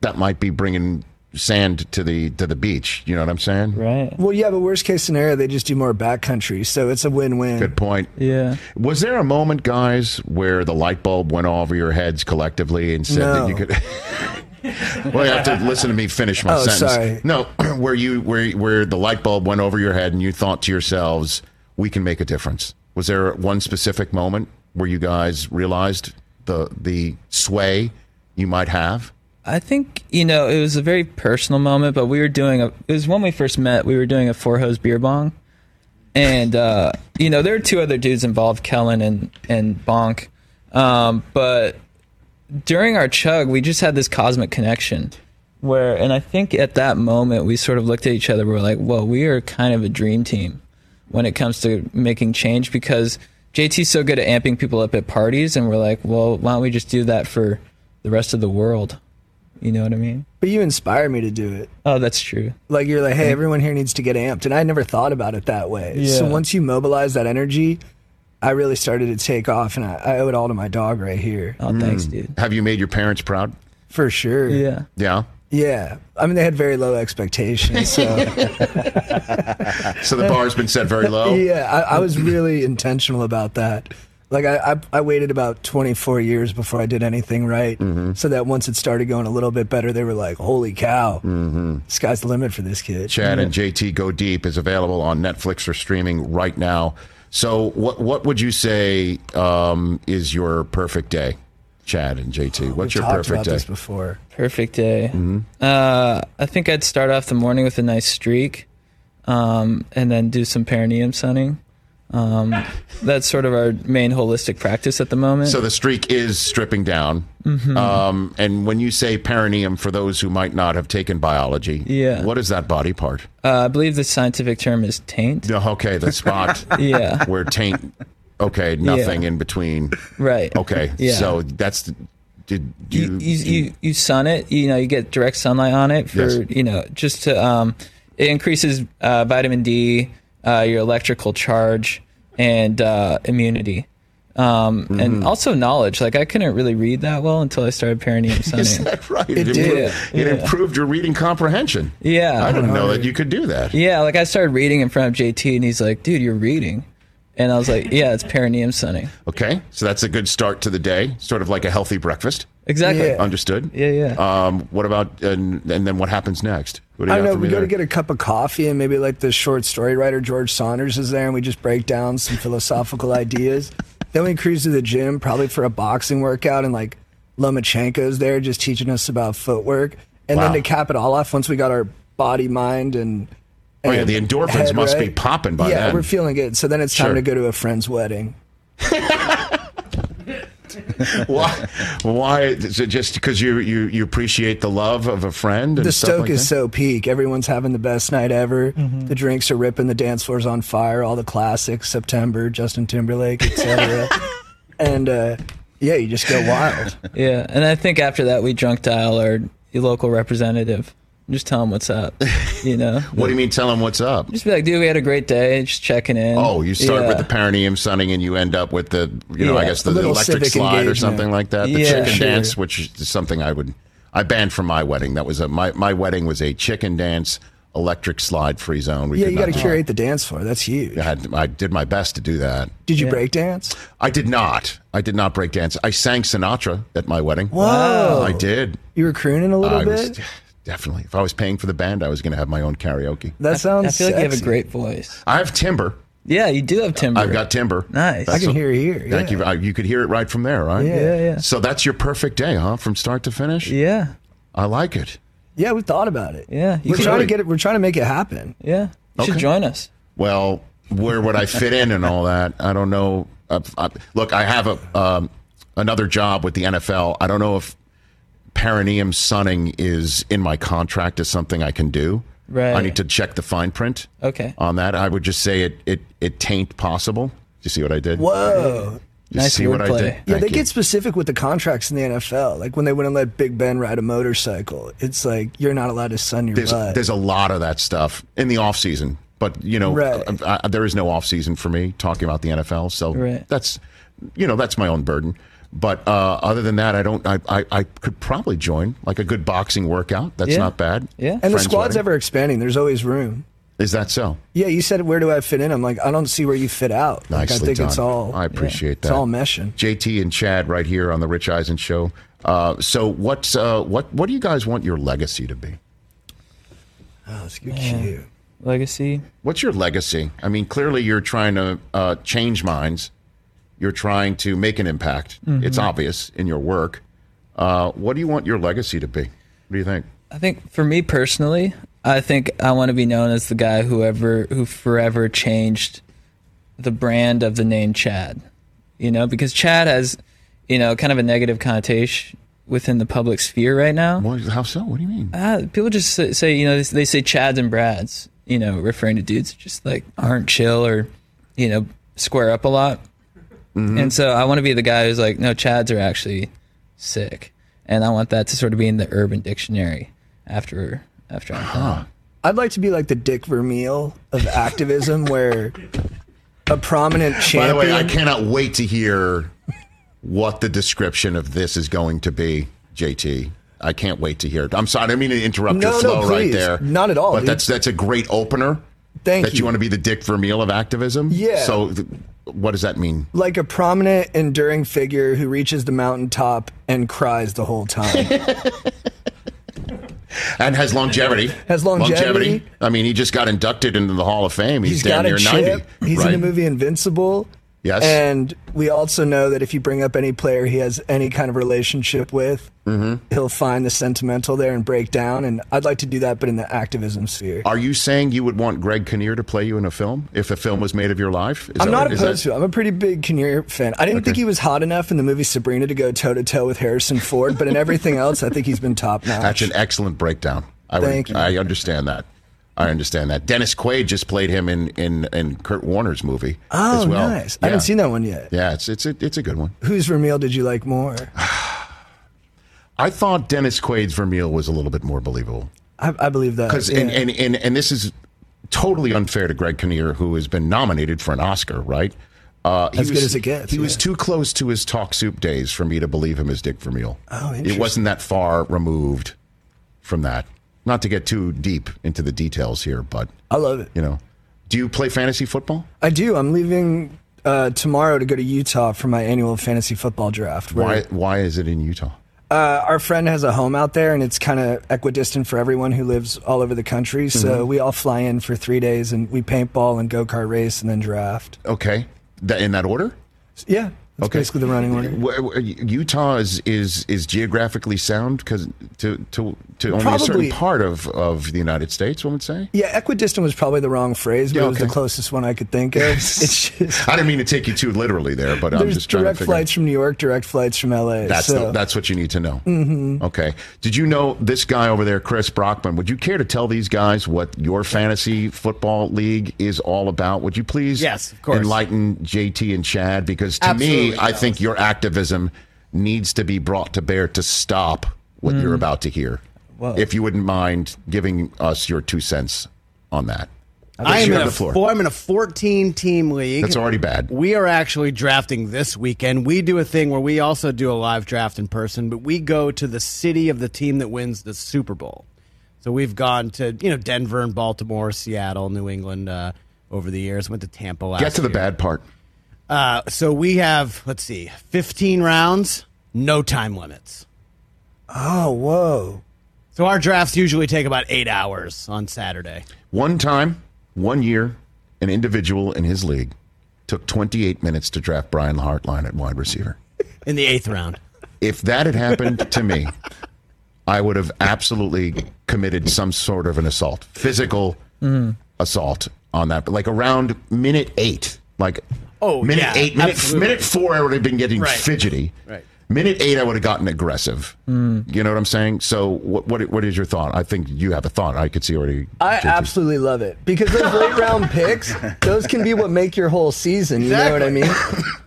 A: that might be bringing sand to the to the beach. You know what I'm saying?
G: right?
H: Well, yeah, but worst case scenario, they just do more backcountry, so it's a win win.
A: Good point.
G: Yeah,
A: Was there a moment, guys, where the light bulb went over your heads collectively and said that
H: No.
A: you could? [laughs] well, you have to listen to me finish my
H: Oh,
A: sentence.
H: sorry.
A: No, [clears throat] where you where where the light bulb went over your head and you thought to yourselves, "We can make a difference." Was there one specific moment where you guys realized the the sway you might have?
G: I think you know it was a very personal moment, but we were doing a. It was when we first met. We were doing a four hose beer bong, and uh, you know there were two other dudes involved, Kellen and and Bonk, um, but during our chug, we just had this cosmic connection where, and I think at that moment, we sort of looked at each other. We were like, whoa, we are kind of a dream team when it comes to making change because JT's so good at amping people up at parties. And we're like, well, why don't we just do that for the rest of the world? You know what I mean?
H: But you inspire me to do it.
G: Oh, that's true.
H: Like you're like, hey, everyone here needs to get amped, and I never thought about it that way. So
G: Mm-hmm. Yeah.
H: once you mobilize that energy, I really started to take off, and I, I owe it all to my dog right here
G: Oh, thanks, dude.
A: Have you made your parents proud?
H: for sure.
G: Yeah.
A: Yeah.
H: yeah. I mean, they had very low
G: [laughs]
H: expectations, so
A: So the bar's been set very low.
H: [laughs] yeah, I, I was really intentional about that. Like I, I, I waited about 24 years before I did anything right,
A: Mm-hmm.
H: so that once it started going a little bit better, they were like, "Holy cow, sky's the limit for this kid."
A: Mm-hmm. Chad and JT Go Deep is available on Netflix or streaming right now. So, what what would you say um, is your perfect day, Chad and JT? What's your
H: Oh, talked
A: perfect
H: about
A: day?
H: this before.
G: Perfect day.
A: Mm-hmm.
G: Uh, I think I'd start off the morning with a nice streak, um, and then do some perineum sunning.
A: [laughs]
G: Um, that's sort of our main holistic practice at the moment.
A: So the streak is stripping down.
H: Mm-hmm.
A: Um, and when you say perineum, for those who might not have taken biology,
G: Yeah.
A: what is that body part?
G: uh, I believe the scientific term is taint.
A: No, okay, the
H: [laughs]
A: spot
G: Yeah,
A: where taint. Okay, nothing in between.
G: right.
A: [laughs] Okay,
G: Yeah.
A: so that's the- did
G: You,
A: you,
G: you, you, you sun it. You know, you get direct sunlight on it for
A: Yes.
G: you know just to um, it increases uh, vitamin D, uh, your electrical charge, and uh, immunity. Um, and also knowledge. Like I couldn't really read that well until I started perineum sunning.
A: Is [laughs] that right? It,
H: did.
A: improved, it
G: Yeah.
A: improved your reading comprehension.
G: Yeah.
A: I didn't know that you could do that.
G: Yeah, like I started reading in front of JT and he's like, dude, you're reading. And I was like, yeah, it's perineum sunning.
A: Okay, so that's a good start to the day, sort of like a healthy breakfast.
G: Exactly.
H: Yeah.
A: Understood.
G: Yeah, yeah.
A: Um, what about and and then what happens next? What do
H: I
A: you
H: don't
A: have
H: know.
A: for
H: We
A: me
H: go to
A: there?
H: get a cup of coffee, and maybe like the short story writer George Saunders is there, and we just break down
A: [laughs]
H: some philosophical ideas. Then we cruise to the gym, probably for a boxing workout, and like Lomachenko's there, just teaching us about footwork. And
A: Wow.
H: then to cap it all off, once we got our body, mind, and,
A: Oh, yeah,
H: and
A: the endorphins must be popping by
H: yeah,
A: then.
H: we're feeling good. So then it's
A: Sure.
H: time to go to a friend's wedding.
A: [laughs] why? Why is it just because you, you you appreciate the love of a friend? And
H: the
A: stuff
H: stoke
A: like
H: is
A: that?
H: so peak. Everyone's having the best night ever. The drinks are ripping. The dance floor's on fire. All the classics: September, Justin Timberlake, etc. and uh, yeah, you just go wild.
G: Yeah, and I think after that we drunk dial our local representative. Just tell him what's up, you know.
A: What do you mean? Tell him what's up.
G: Just be like, dude, we had a great day. Just checking in.
A: Oh, you start
G: Yeah.
A: with the parent sounding and you end up with the, you know, I
G: Yeah,
A: guess the,
H: a little
A: electric
H: civic
A: slide or
H: engagement.
A: something like that. The
G: Yeah,
A: chicken
G: sure.
A: dance, which is something I would, I banned from my wedding. That was a, my, my wedding was a chicken dance, electric slide free zone. We
H: yeah,
A: could
H: you
A: not
H: got to
A: do
H: curate the dance floor. That's huge.
A: it. I, had, I did my best to do that.
H: Did you break dance?
A: I did not. I did not break dance. I sang Sinatra at my wedding.
H: Whoa!
A: I did.
H: You were crooning a little
A: I was
H: bit.
A: [laughs] definitely. If I was paying for the band, I was going to have my own karaoke.
H: that sounds.
G: I feel like you have a
H: sexy.
G: great voice.
A: I have timber.
G: Yeah, you do have timber.
A: I've got timber.
G: Nice.
H: I can hear you here.
A: Thank
H: yeah.
A: you. I, you could hear it right from there, right?
H: Yeah.
G: Yeah, yeah,
A: So that's your perfect day, huh? From start to finish.
G: yeah,
A: I like it.
H: Yeah, we thought about it.
G: Yeah, you
H: we're
G: could-
H: trying to get it. We're trying to make it happen.
G: yeah. You should
A: Okay.
G: join us.
A: Well, where would I fit in and all that? I don't know. I, I, look, I have a um, another job with the NFL. I don't know if perineum sunning is in my contract as something I can do.
G: Right.
A: I need to check the fine print.
G: Okay.
A: On that, I would just say it it it taint possible. Do you see what I did?
H: Whoa.
A: You
G: Nice
A: see what I
G: wordplay.
A: did?
H: Yeah,
A: Thank
H: they
A: you.
H: get specific with the contracts in the NFL. Like when they wouldn't let Big Ben ride a motorcycle, it's like you're not allowed to sun your
A: there's
H: butt.
A: there's a lot of that stuff in the off season, but you know, um,
H: Right.
A: I, I- there is no off season for me talking about the NFL. So
G: Right.
A: that's you know that's my own burden. But uh, other than that, I don't. I, I, I could probably join like a good boxing workout. That's
G: Yeah.
A: not bad.
G: Yeah.
H: and the
A: Friend's
H: squad's
A: wedding.
H: ever expanding. There's always room.
A: is that so?
H: Yeah, you said where do I fit in? I'm like, I don't see where you fit out. Like,
A: Nicely
H: I think
A: done.
H: it's all
A: I appreciate
H: it's
A: that.
H: all meshing.
A: JT and Chad right here on the Rich Eisen show. Uh, so what's uh, what what do you guys want your legacy to be?
H: Oh, that's good cue.
G: Legacy.
A: What's your legacy? I mean, clearly you're trying to uh, change minds. You're trying to make an impact. It's obvious in your work. Uh, what do you want your legacy to be? What do you think?
G: I think for me personally, I think I want to be known as the guy whoever who forever changed the brand of the name Chad. You know, because Chad has, you know, kind of a negative connotation within the public sphere right now.
A: What, how so? What do you
H: Uh,
A: mean?
G: Ah, people just say, say, you know, they, they say Chads and Brads, you know, referring to dudes who just like aren't chill or, you know, square up a lot. And so I want to be the guy who's like, no, Chads are actually sick, and I want that to sort of be in the Urban Dictionary after after I'm done.
H: I'd like to be like the Dick Vermeil of activism, [laughs] where a prominent
A: By the
H: champion.
A: way, I cannot wait to hear what the description of this is going to be, JT. I can't wait to hear it. I'm sorry, I didn't mean to interrupt
H: No,
A: your
H: no,
A: flow right
H: please.
A: there.
H: Not at all,
A: But
H: dude.
A: that's that's a great opener.
H: Thank
A: that you.
H: you.
A: want to be the Dick Vermeil of activism.
H: Yeah.
A: So, th- what does that mean?
H: like a prominent, enduring figure who reaches the mountaintop and cries the
A: [laughs]
H: whole time.
A: and has longevity.
H: Has longevity.
A: I mean, he just got inducted into the Hall of Fame. He's,
H: He's
A: damn
H: got a
A: near
H: chip.
A: ninety.
H: He's
A: right?
H: in the movie Invincible.
A: Yes.
H: And we also know that if you bring up any player he has any kind of relationship with,
A: Mm-hmm.
H: he'll find the sentimental there and break down. And I'd like to do that, but in the activism sphere.
A: Are you saying you would want Greg Kinnear to play you in a film if a film was made of your life? Is
H: I'm
A: that
H: not
A: what- is that-
H: opposed to it. I'm a pretty big Kinnear fan. I didn't think he was hot enough in the movie Sabrina to go toe to toe with Harrison Ford, but in everything else, I think he's been top
A: [laughs]
H: notch.
A: That's an excellent breakdown. I would-
H: Thank you.
A: I understand that. I understand that. Dennis Quaid just played him in in, in Kurt Warner's movie
H: oh,
A: as well.
H: nice.
A: Yeah.
H: I haven't seen that one yet.
A: Yeah, it's it's a, it's a good one.
H: Whose Vermeil did you like more?
A: I thought Dennis Quaid's Vermeil was a little bit more believable.
H: I, I
A: [sighs]
H: believe that.
A: because
H: yeah.
A: Uh, and, and and and this is totally unfair to Greg Kinnear, who has been nominated for an Oscar, right? Uh, he
H: As good as it gets,
A: He was
H: yeah.
A: too close to his talk soup days for me to believe him as Dick Vermeil.
H: Oh,
A: it
H: interesting.
A: wasn't that far removed from that. Not to get too deep into the details here, but
H: I love it.
A: you know, do you play fantasy football?
H: I do. I'm leaving uh, tomorrow to go to Utah for my annual fantasy football draft. Where,
A: Why why is it in Utah?
H: Uh, our friend has a home out there, and it's kind of equidistant for everyone who lives all over the country.
A: Mm-hmm.
H: So we all fly in for three days, and we paintball and go kart race, and then draft.
A: Okay, Th- in that order.
H: Yeah, That's
A: Okay.
H: basically the running order.
A: W- w- Utah is is, is geographically sound because to to to only a certain
H: Probably.
A: part of, of the United States, one would say.
H: Yeah, equidistant was probably the wrong phrase, but
A: Yeah,
H: it was the
A: okay.
H: closest one I could
A: [laughs]
H: think of. It's just
A: I didn't mean to take you too literally there, but I'm
H: there's
A: just trying to
H: direct
A: figure.
H: flights from New York, direct flights from LA.
A: That's
H: so
A: the, that's what you need to know. Mm-hmm. Okay. Did you know this guy over there, Chris Brockman? Would you care to tell these guys what your fantasy football league is all about? Would you please,
D: Yes, of course.
A: enlighten JT and Chad? Because to me,
D: Absolutely,
A: I think your activism needs to be brought to bear to stop what
D: Mm.
A: you're about to hear. If you wouldn't mind giving us your two cents on that,
D: I am
A: You
D: in
A: have
D: a
A: the floor.
D: four, I'm in a 14 team league.
A: That's already bad.
D: We are actually drafting this weekend. We do a thing where we also do a live draft in person, but we go to the city of the team that wins the Super Bowl. So we've gone to you know Denver and Baltimore, Seattle, New England uh, over the years. Went to Tampa last.
A: Get to the
D: year.
A: bad part.
D: Uh, so we have let's see, 15 rounds, no time limits.
H: oh whoa.
D: So our drafts usually take about eight hours on Saturday.
A: One time, one year, an individual in his league took 28 minutes to draft Brian Hartline at wide receiver.
D: In the
A: [laughs]
D: eighth round,
A: If that had happened to me, I would have absolutely committed some sort of an assault, physical assault on that. But like around minute eight, like
D: Oh,
A: minute
D: yeah,
A: eight, minute,
D: absolutely.
A: minute four, I would have been getting
D: Right.
A: fidgety.
D: Right. Mm.
A: Minute eight, I would have gotten aggressive. You know what I'm saying? So, what, what what is your thought? I think you have a thought. I could see already.
H: I
A: JT.
H: absolutely love it because those late
D: [laughs]
H: round picks, those can be what make your whole season. You know what
D: [laughs]
H: I mean?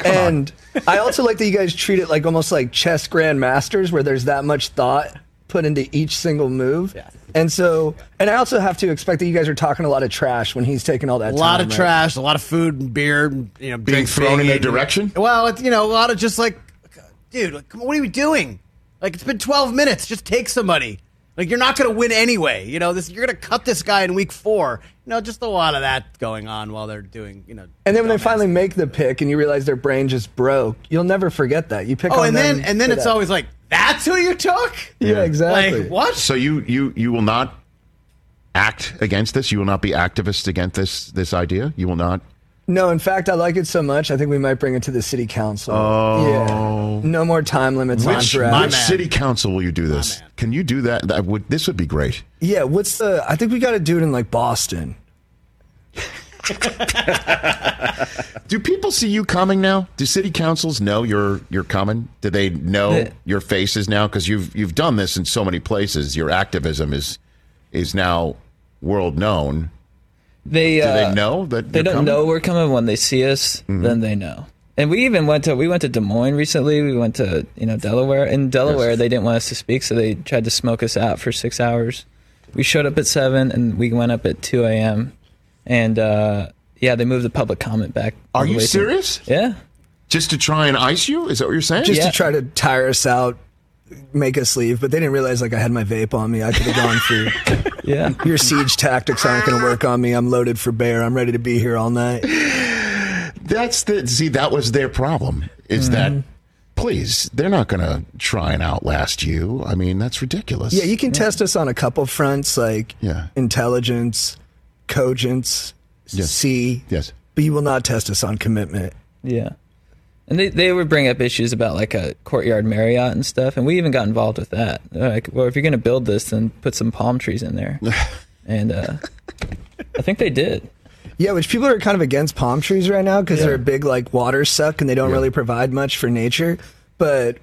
H: and I also like that you guys treat it like almost like chess grandmasters, where there's that much thought put into each single move. And so, and I also have to expect that you guys are talking a lot of trash when he's taking all that.
D: a lot of
H: time, right?
D: trash, a lot of food and beer, and, you know,
A: Being
D: drinks
A: thrown in their
D: eaten.
A: direction?
D: Well, it's, you know, a lot of just like, dude, like, come on, what are you doing? Like, it's been 12 minutes. Just take somebody. Like, you're not going to win anyway. You know, this you're going to cut this guy in week four. You know, just a lot of that going on while they're doing, you know.
H: And then when they
D: dumbass
H: finally make the pick, and you realize their brain just broke, you'll never forget that. You pick.
D: Oh,
H: on
D: and then
H: them
D: and then
H: for
D: it's
H: that.
D: always like, that's who you took.
H: yeah, exactly.
D: Like what?
A: So you you you will not act against this. You will not be activist against this this idea. You will not.
H: No, in fact, I like it so much. I think we might bring it to the city council. Oh, yeah. no more time limits on
A: Which,
H: draft.
A: which
D: man.
A: city council will you do this? Can you do that? That would this would be great.
H: Yeah, what's the? I think we got to do it in like Boston.
A: Do people see you coming now? Do city councils know you're you're coming? Do they know
G: The-
A: your faces now? Because you've you've done this in so many places. Your activism is is now world known.
G: They
A: Do
G: uh,
A: they know that
G: They
A: you're
G: don't
A: coming? Mm-hmm.
G: know we're coming when they see us. Then they know. And we even went to we went to Des Moines recently. We went to you know Delaware. In Delaware, they didn't want us to speak, so they tried to smoke us out for six hours. We showed up at seven, and we went up at two a.m. And uh, yeah, they moved the public comment back. all
A: Are
G: the
A: you
G: way to-
A: serious?
G: Yeah,
A: Just to try and ice you? Is that what you're saying?
H: Just
G: Yeah.
H: to try to tire us out, make us leave. But they didn't realize like I had my vape on me. I could have gone through.
G: yeah.
H: Your siege tactics aren't going to work on me. I'm loaded for bear. I'm ready to be here all night.
A: That's the see. That was their problem. Is
H: Mm-hmm.
A: that please? They're not going to try and outlast you. I mean, that's ridiculous.
H: Yeah, you can test us on a couple fronts, like
A: Yeah.
H: intelligence, cogence,
A: Yes.
H: C.
A: Yes.
H: But you will not test us on commitment.
G: Yeah. And they, they would bring up issues about like a courtyard Marriott and stuff, and we even got involved with that. They're like, well, if you're gonna build this, then put some palm trees
A: [laughs]
G: in there. and uh, I think they did.
H: Yeah, which people are kind of against palm trees right now because they're a big like water suck and they don't really provide much for nature. But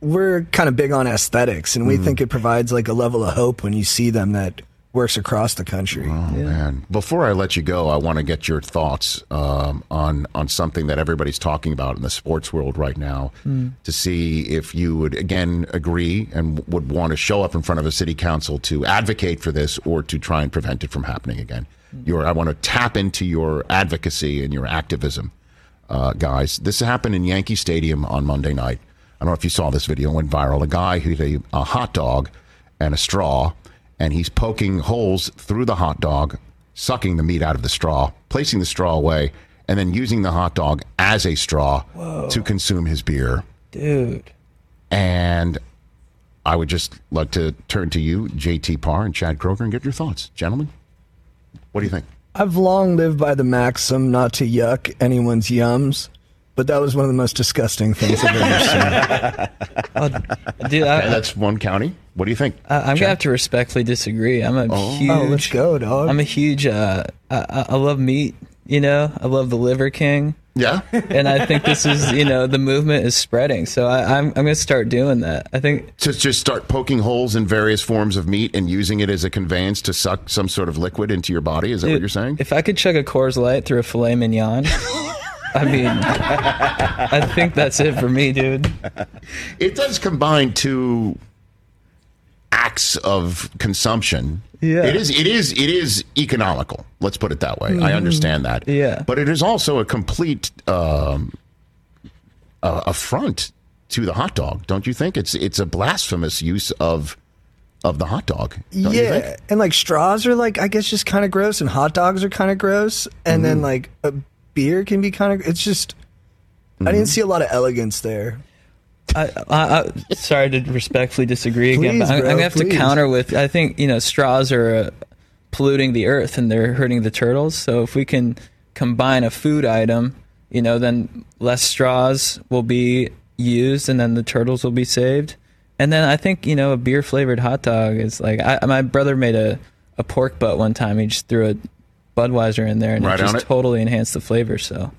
H: we're kind of big on aesthetics, and we think it provides like a level of hope when you see them that works across the country.
A: Oh, man. Before I let you go, I want to get your thoughts um, on on something that everybody's talking about in the sports world right now.
H: Mm.
A: To see if you would again agree and would want to show up in front of a city council to advocate for this or to try and prevent it from happening again.
H: Mm.
A: Your, I want to tap into your advocacy and your activism, uh, guys. This happened in Yankee Stadium on Monday night. I don't know if you saw this video it went viral. A guy who's a, a hot dog and a straw and he's poking holes through the hot dog, sucking the meat out of the straw, placing the straw away, and then using the hot dog as a straw to consume his beer.
G: Dude.
A: And I would just like to turn to you, JT Parr and Chad Kroger, and get your thoughts, gentlemen. What do you think?
H: I've long lived by the maxim not to yuck anyone's yums. But that was one of the most disgusting things I've [laughs] ever seen.
G: Dude,
A: And
G: I,
A: that's one county. What do you think?
G: I, I'm gonna have to respectfully disagree. I'm a huge.
H: Oh, let's go, dog.
G: I'm a huge. Uh, I- I, I love meat. You know, I love the liver king,
A: Yeah.
G: and I think this is you know the movement is spreading. So I, I'm I'm gonna start doing that. I think
A: to just start poking holes in various forms of meat and using it as a conveyance to suck some sort of liquid into your body. Is that what you're saying?
G: if I could chug a Coors Light through a filet mignon.
A: [laughs]
G: I mean, I think that's it for me, dude.
A: It does combine two acts of consumption.
G: Yeah.
A: It is it is it is economical. Let's put it that way. I understand that.
G: Mm-hmm. Yeah.
A: But it is also a complete um uh, affront to the hot dog, don't you think? It's it's a blasphemous use of of the hot dog. Don't you think?
H: yeah, and like straws are like I guess just kind of gross, and hot dogs are kind of gross, and then like a beer can be kind of. It's just I didn't see a lot of elegance there.
G: I, I, I sorry to respectfully disagree again,
H: Please,
G: but I'm,
H: bro,
G: I'm gonna have
H: please.
G: to counter with. I think you know straws are uh, polluting the earth and they're hurting the turtles. So if we can combine a food item, you know, then less straws will be used, and then the turtles will be saved. And then I think you know a beer flavored hot dog is like I, my brother made a a pork butt one time. He just threw a Budweiser in there, and
A: Right
G: it
A: on
G: just
A: it.
G: totally enhanced the flavor. So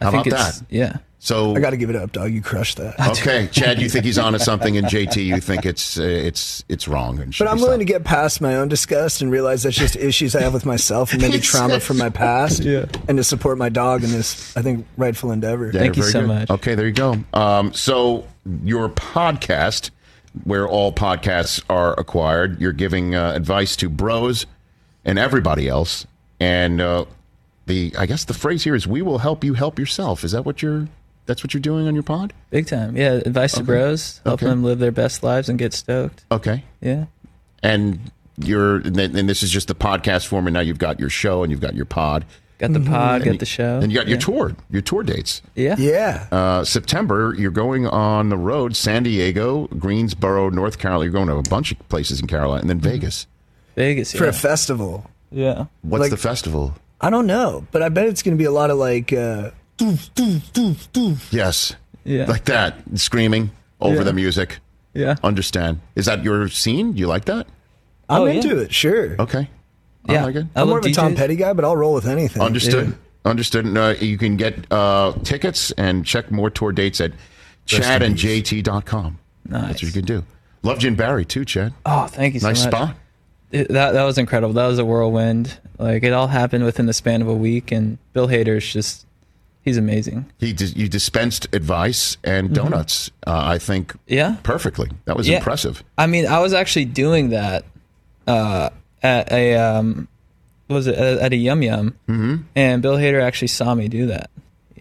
G: I
A: How
G: think
A: about
G: it's
A: that?
G: yeah.
A: So
H: I got to give it up, dog. You crushed that.
A: Okay, Chad, you think he's onto something, and JT, you think it's uh, it's it's wrong. And should
H: But I'm
A: be
H: willing to
A: stopped.
H: get past my own disgust and realize that's just issues I have with myself and maybe trauma from my past, yeah. and to support my dog in this, I think, rightful endeavor.
A: Yeah,
G: Thank you
A: very
G: so
A: good.
G: much.
A: Okay, there you go. Um, so your podcast, where all podcasts are acquired, you're giving uh, advice to bros and everybody else, and uh, the I guess the phrase here is "We will help you help yourself." Is that what you're? That's what you're doing on your pod?
G: Big time. Yeah, advice to bros, helping
A: Okay.
G: them live their best lives and get stoked.
A: Okay,
G: Yeah.
A: and you're and then- and this is just the podcast form, and now you've got your show and you've got your pod.
G: Got the pod, got the show.
A: Mm-hmm. And you got your
G: yeah.
A: tour, your tour dates.
G: Yeah.
H: Yeah.
A: Uh, September, you're going on the road, San Diego, Greensboro, North Carolina. You're going to a bunch of places in Carolina, and then
G: Mm-hmm.
A: Vegas.
G: Vegas.
H: For
G: Yeah.
H: a festival.
G: yeah.
A: What's
H: Like-
A: the festival?
H: I don't know, but I bet it's going to be a lot of like, uh, doof, doof, doof, doof.
A: Yes.
G: Yeah.
A: Like that, screaming over
G: Yeah.
A: the music.
G: Yeah.
A: Uh, Understand. Is that your scene? Do you like that?
H: I'm
G: Oh, yeah.
H: into it, sure.
A: Okay.
G: Yeah. Oh,
A: I like it.
G: I
H: I'm
G: love
H: more of a Tom
G: DJs.
H: Petty guy, but I'll roll with anything.
A: Understood. Understood. And, uh, you can get uh, tickets and check more tour dates at chadandjt.com. That's what you can do. Love Jim Barry, too, Chad.
G: Oh, thank you so
A: nice
G: much.
A: spot.
G: It- that that was incredible. That was a whirlwind. Like it all happened within the span of a week and Bill Hader's just he's amazing.
A: He dis- you dispensed advice and donuts. Uh, I think
G: Yeah.
A: perfectly. That was
G: Yeah.
A: impressive.
G: I mean, I was actually doing that uh, at a um what was it at, at a yum yum mm-hmm. and Bill Hader actually saw me do that.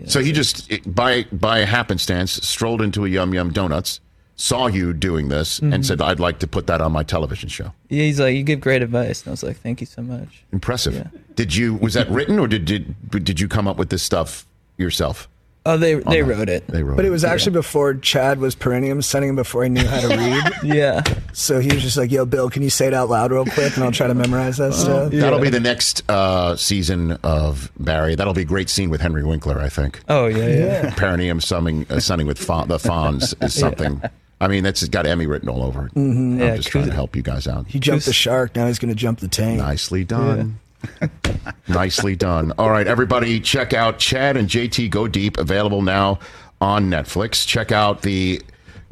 A: So he just it- by by happenstance strolled into a Yum Yum Donuts, saw you doing this, and said, "I'd like to put that on my television show."
G: Yeah, he's like, You give great advice and I was like, Thank you so much.
A: Impressive. Did you was that written or did did did you come up with this stuff yourself?
G: Oh, they they wrote it.
A: They wrote,
H: But it was actually before Chad was perennium, sending him before he knew how
A: [laughs]
H: to read.
G: Yeah.
H: so he was just like, yo, Bill, can you say it out loud real quick? And I'll try to memorize
A: Oh,
H: that stuff.
A: That'll be the next uh, season of Barry. That'll be a great scene with Henry Winkler, I think.
G: Oh yeah, yeah.
A: Perineum summing, uh, sunning with fa- the Fonz is something. I mean, that's got Emmy written all over. it. I'm
G: Mm-hmm. Yeah,
A: just trying to
G: cool.
A: help you guys out.
H: He jumped the shark. Now he's going to jump the
A: [laughs]
H: tank.
A: Nicely done.
G: [laughs]
A: Nicely done. All right, everybody, check out Chad and JT Go Deep, available now on Netflix. Check out the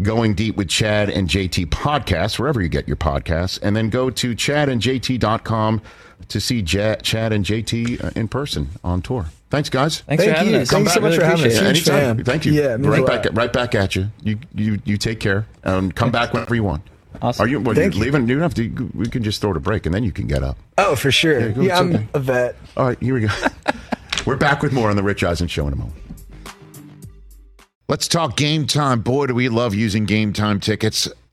A: Going Deep with Chad and JT podcast, wherever you get your podcasts. And then go to chadandjt.com to see Ja- Chad and JT uh, in person on tour. Thanks, guys.
G: Thanks for
H: Thank
G: having
H: you.
G: us.
H: Thanks so
G: Really
H: much for having us.
G: appreciate
A: Yeah,
G: it.
H: Huge
A: anytime.
H: fan.
A: Thank you.
H: Yeah, it means
A: right
H: a lot.
A: back, right back at you. You, you, you take care and come back whenever you want.
G: Awesome.
A: Are you, well,
H: Thank
A: you
H: you.
A: leaving? You don't have to. We can just throw it a break and then you can get up.
H: Oh, for sure.
A: go,
H: Yeah,
A: it's
H: I'm
A: okay.
H: a vet.
A: All right, here we go. [laughs] We're back with more on the Rich Eisen Show in a moment. Let's talk game time. Boy, do we love using game time tickets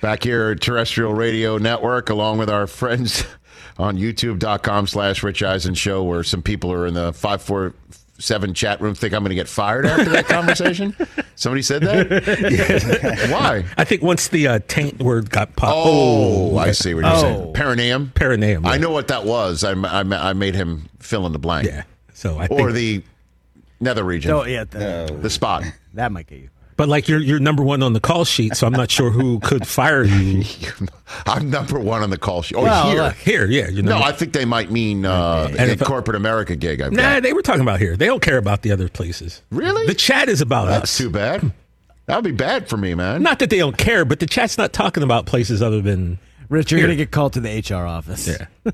A: Back here at Terrestrial Radio Network, along with our friends [laughs] on youtube.com slash Rich Eisen Show, where some people are in the 547 chat room think I'm going to get fired after that conversation. Somebody said that? Why?
F: I think once the uh, taint word got popped.
A: Oh, I see what you're saying. Perineum?
F: Perineum.
A: I know what that was. I, I, I made him fill in the blank. Yeah.
F: So I
A: or
F: think-
A: the nether region.
D: Oh, yeah, the-
A: The spot. [laughs]
D: That might get you.
F: But like you're you're number one on the call sheet, so I'm not sure who could
A: [laughs]
F: fire you.
A: I'm number one on the call sheet. Or here.
F: here, yeah. You're
A: Oh, no,
F: number-
A: I think they might mean uh,
F: And
A: a
F: if I-
A: corporate America gig. I've got.
F: nah, they were talking about here. They don't care about the other places.
A: Really?
F: The chat is about
A: That's
F: us.
A: too bad. That would be bad for me, man.
F: Not that they don't care, but the chat's not talking about places other than
D: Rich, you're
F: Here.
D: going to get called to the HR office.
F: yeah.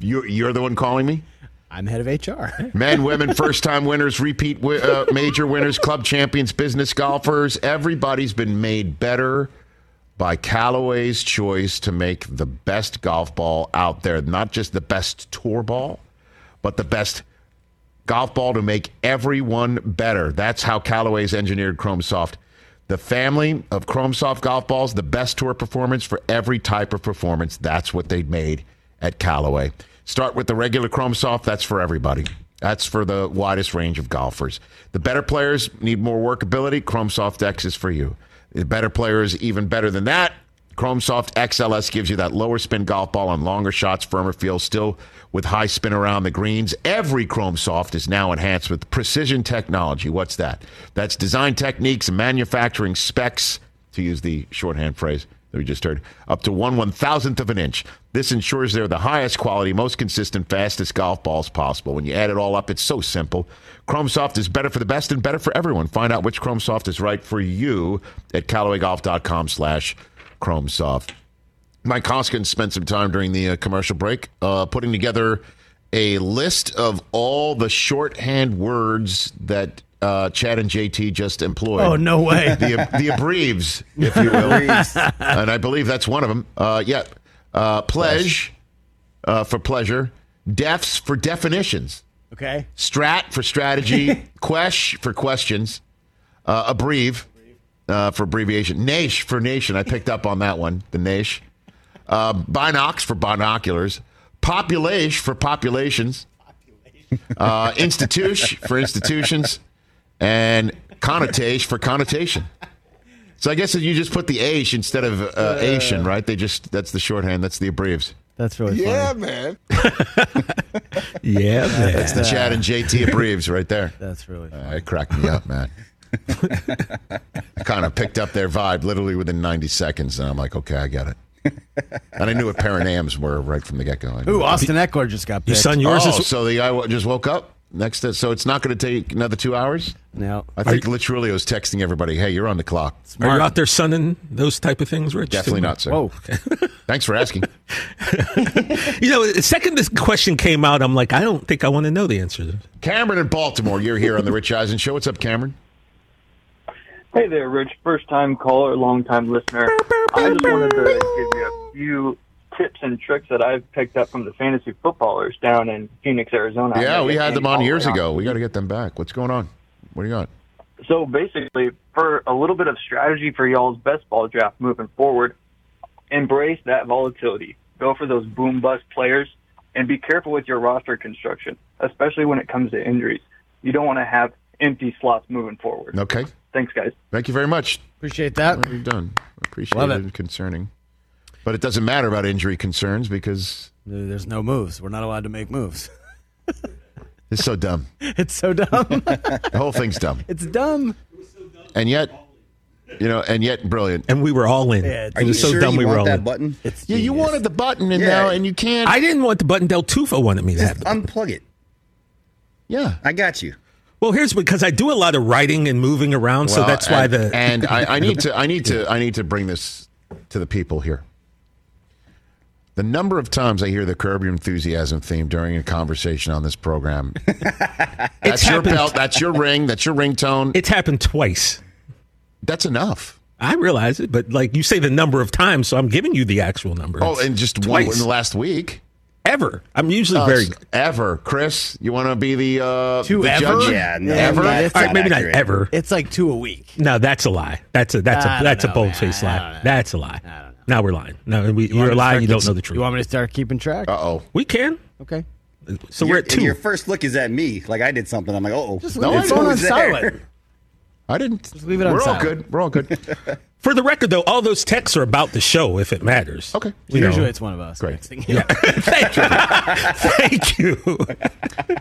A: You're, you're the one calling me?
D: I'm head of HR.
A: Men, women, first time winners, repeat wi- uh, major winners, club champions, business golfers. Everybody's been made better by Callaway's choice to make the best golf ball out there. Not just the best tour ball, but the best golf ball to make everyone better. That's how Callaway's engineered Chrome Soft. The family of Chrome Soft golf balls, the best tour performance for every type of performance. That's what they made at Callaway. Start with the regular Chrome Soft, that's for everybody. That's for the widest range of golfers. The better players need more workability. Chrome Soft X is for you. The better players, even better than that. Chrome Soft XLS gives you that lower spin golf ball on longer shots, firmer feel, still with high spin around the greens. Every Chrome Soft is now enhanced with precision technology. What's that? That's design techniques and manufacturing specs, to use the shorthand phrase that we just heard, up to one one thousandth of an inch. This ensures they're the highest quality, most consistent, fastest golf balls possible. When you add it all up, it's so simple. Chrome Soft is better for the best and better for everyone. Find out which Chrome Soft is right for you at CallawayGolf.com slash Chrome Soft. Mike Hoskins spent some time during the uh, commercial break uh, putting together a list of all the shorthand words that uh, Chad and JT just employed.
D: Oh, [laughs] no way.
A: the, the abreves, if you will. and I believe that's one of them. Uh, yeah. Uh, pledge uh, for pleasure, defs for definitions.
D: Okay.
A: Strat for strategy. Quesh for questions. Uh, abbrev uh, for abbreviation. Nash for nation. I picked up on that one. The Nash. Uh, binocs for binoculars. Population for populations. Uh, institution for institutions. And connotation for connotation. So I guess that you just put the Aish instead of uh, Asian, right? They just, that's the shorthand. That's the abbreves.
D: That's really funny.
H: man.
F: Yeah,
A: [laughs]
F: man.
A: That's the Chad and JT abbreves right there.
D: That's really funny.
A: Uh, it cracked me up, man. I kind of picked up their vibe literally within 90 seconds, and I'm like, okay, I get it. and I knew what paranams were right from the get go.
D: Ooh, Austin Eckler just got picked.
A: Oh, so the guy w- just woke up next. To, so it's not going to take another two hours.
D: No,
A: I think Litrullio is texting everybody. Hey, you're on the clock.
F: Are you out there sunning those type of things, Rich?
A: Definitely not, sir. Whoa. [laughs] Thanks for asking.
F: you know, the second this question came out, I'm like, I don't think I want to know the answer. to this.
A: Cameron in Baltimore, you're here on the Rich Eisen Show. What's up, Cameron?
I: Hey there, Rich. First time caller, long time listener. I just wanted to give you a few tips and tricks that I've picked up from the fantasy footballers down in Phoenix, Arizona.
A: yeah, we had them on years
I: ago.
A: ago. We got to get them back. What's going on? What do you got?
I: So basically, for a little bit of strategy for y'all's best ball draft moving forward, embrace that volatility. Go for those boom bust players and be careful with your roster construction, especially when it comes to injuries. You don't want to have empty slots moving forward.
A: Okay.
I: Thanks, guys.
A: Thank you very much.
D: Appreciate that.
A: You've done. Appreciate
D: Love
A: it. and Concerning, but it doesn't matter about injury concerns because
D: There's no moves. We're not allowed to make moves. [laughs]
A: it's so dumb.
D: It's so dumb. [laughs]
A: The whole thing's
F: [laughs]
A: dumb,
D: it's dumb.
A: and yet, you know, and yet brilliant.
F: And we were all in.
A: Yeah, it's-
F: it was so
A: Are you sure
F: dumb.
A: you
F: we were
A: want
F: all
A: that
F: in.
A: button? Yeah, you wanted the button, and now and you can't.
F: I didn't want the button. Del Tufo wanted me to have.
E: Unplug it.
A: Yeah,
E: I got you.
F: Well, here's because I do a lot of writing and moving around, so
A: Well,
F: that's why
A: and-
F: the
A: and I, I need to I need
F: [laughs]
A: to I need to bring this to the people here. The number of times I hear the curb your enthusiasm theme during a conversation on this
F: [laughs]
A: program. that's your
F: happened.
A: belt, that's your ring, that's your ringtone.
F: It's happened twice.
A: That's enough.
F: I realize it, but like you say the number of times, so I'm giving you the actual number.
A: Oh,
F: It's
A: and Oh, just one
F: twice.
A: in the last week.
F: Ever. I'm usually very good.
A: ever. Chris, you want to be the uh
D: Two
A: the
D: ever?
A: judge?
D: Yeah, no,
A: ever?
D: yeah, that's
F: All right, maybe not ever.
D: It's like two a week.
F: No, that's a lie. That's a that's
D: I
F: a
D: don't
F: that's a
D: know,
F: bold faced lie. That's a lie. Now we're lying. No, we,
D: want
F: you're
D: me
F: a
D: to
F: lie.
D: start
F: You don't
D: keep-
F: know the truth.
D: You want me to start keeping track? Uh
A: oh.
F: We can.
D: Okay.
F: So
E: Your-
F: we're at
E: and Your
F: two.
E: first look is at me. Like I did something. I'm like, oh,
D: Just leave your phone on silent.
A: I didn't.
D: Just leave it on
A: We're all
D: silent.
A: good. We're all good.
F: For the record, though, all those texts are about the show, if it matters.
A: Okay.
F: You
D: Usually
F: know. [laughs]
D: it's one of us.
A: Great.
D: Thank you.
F: Yeah. Thank you. Thank you.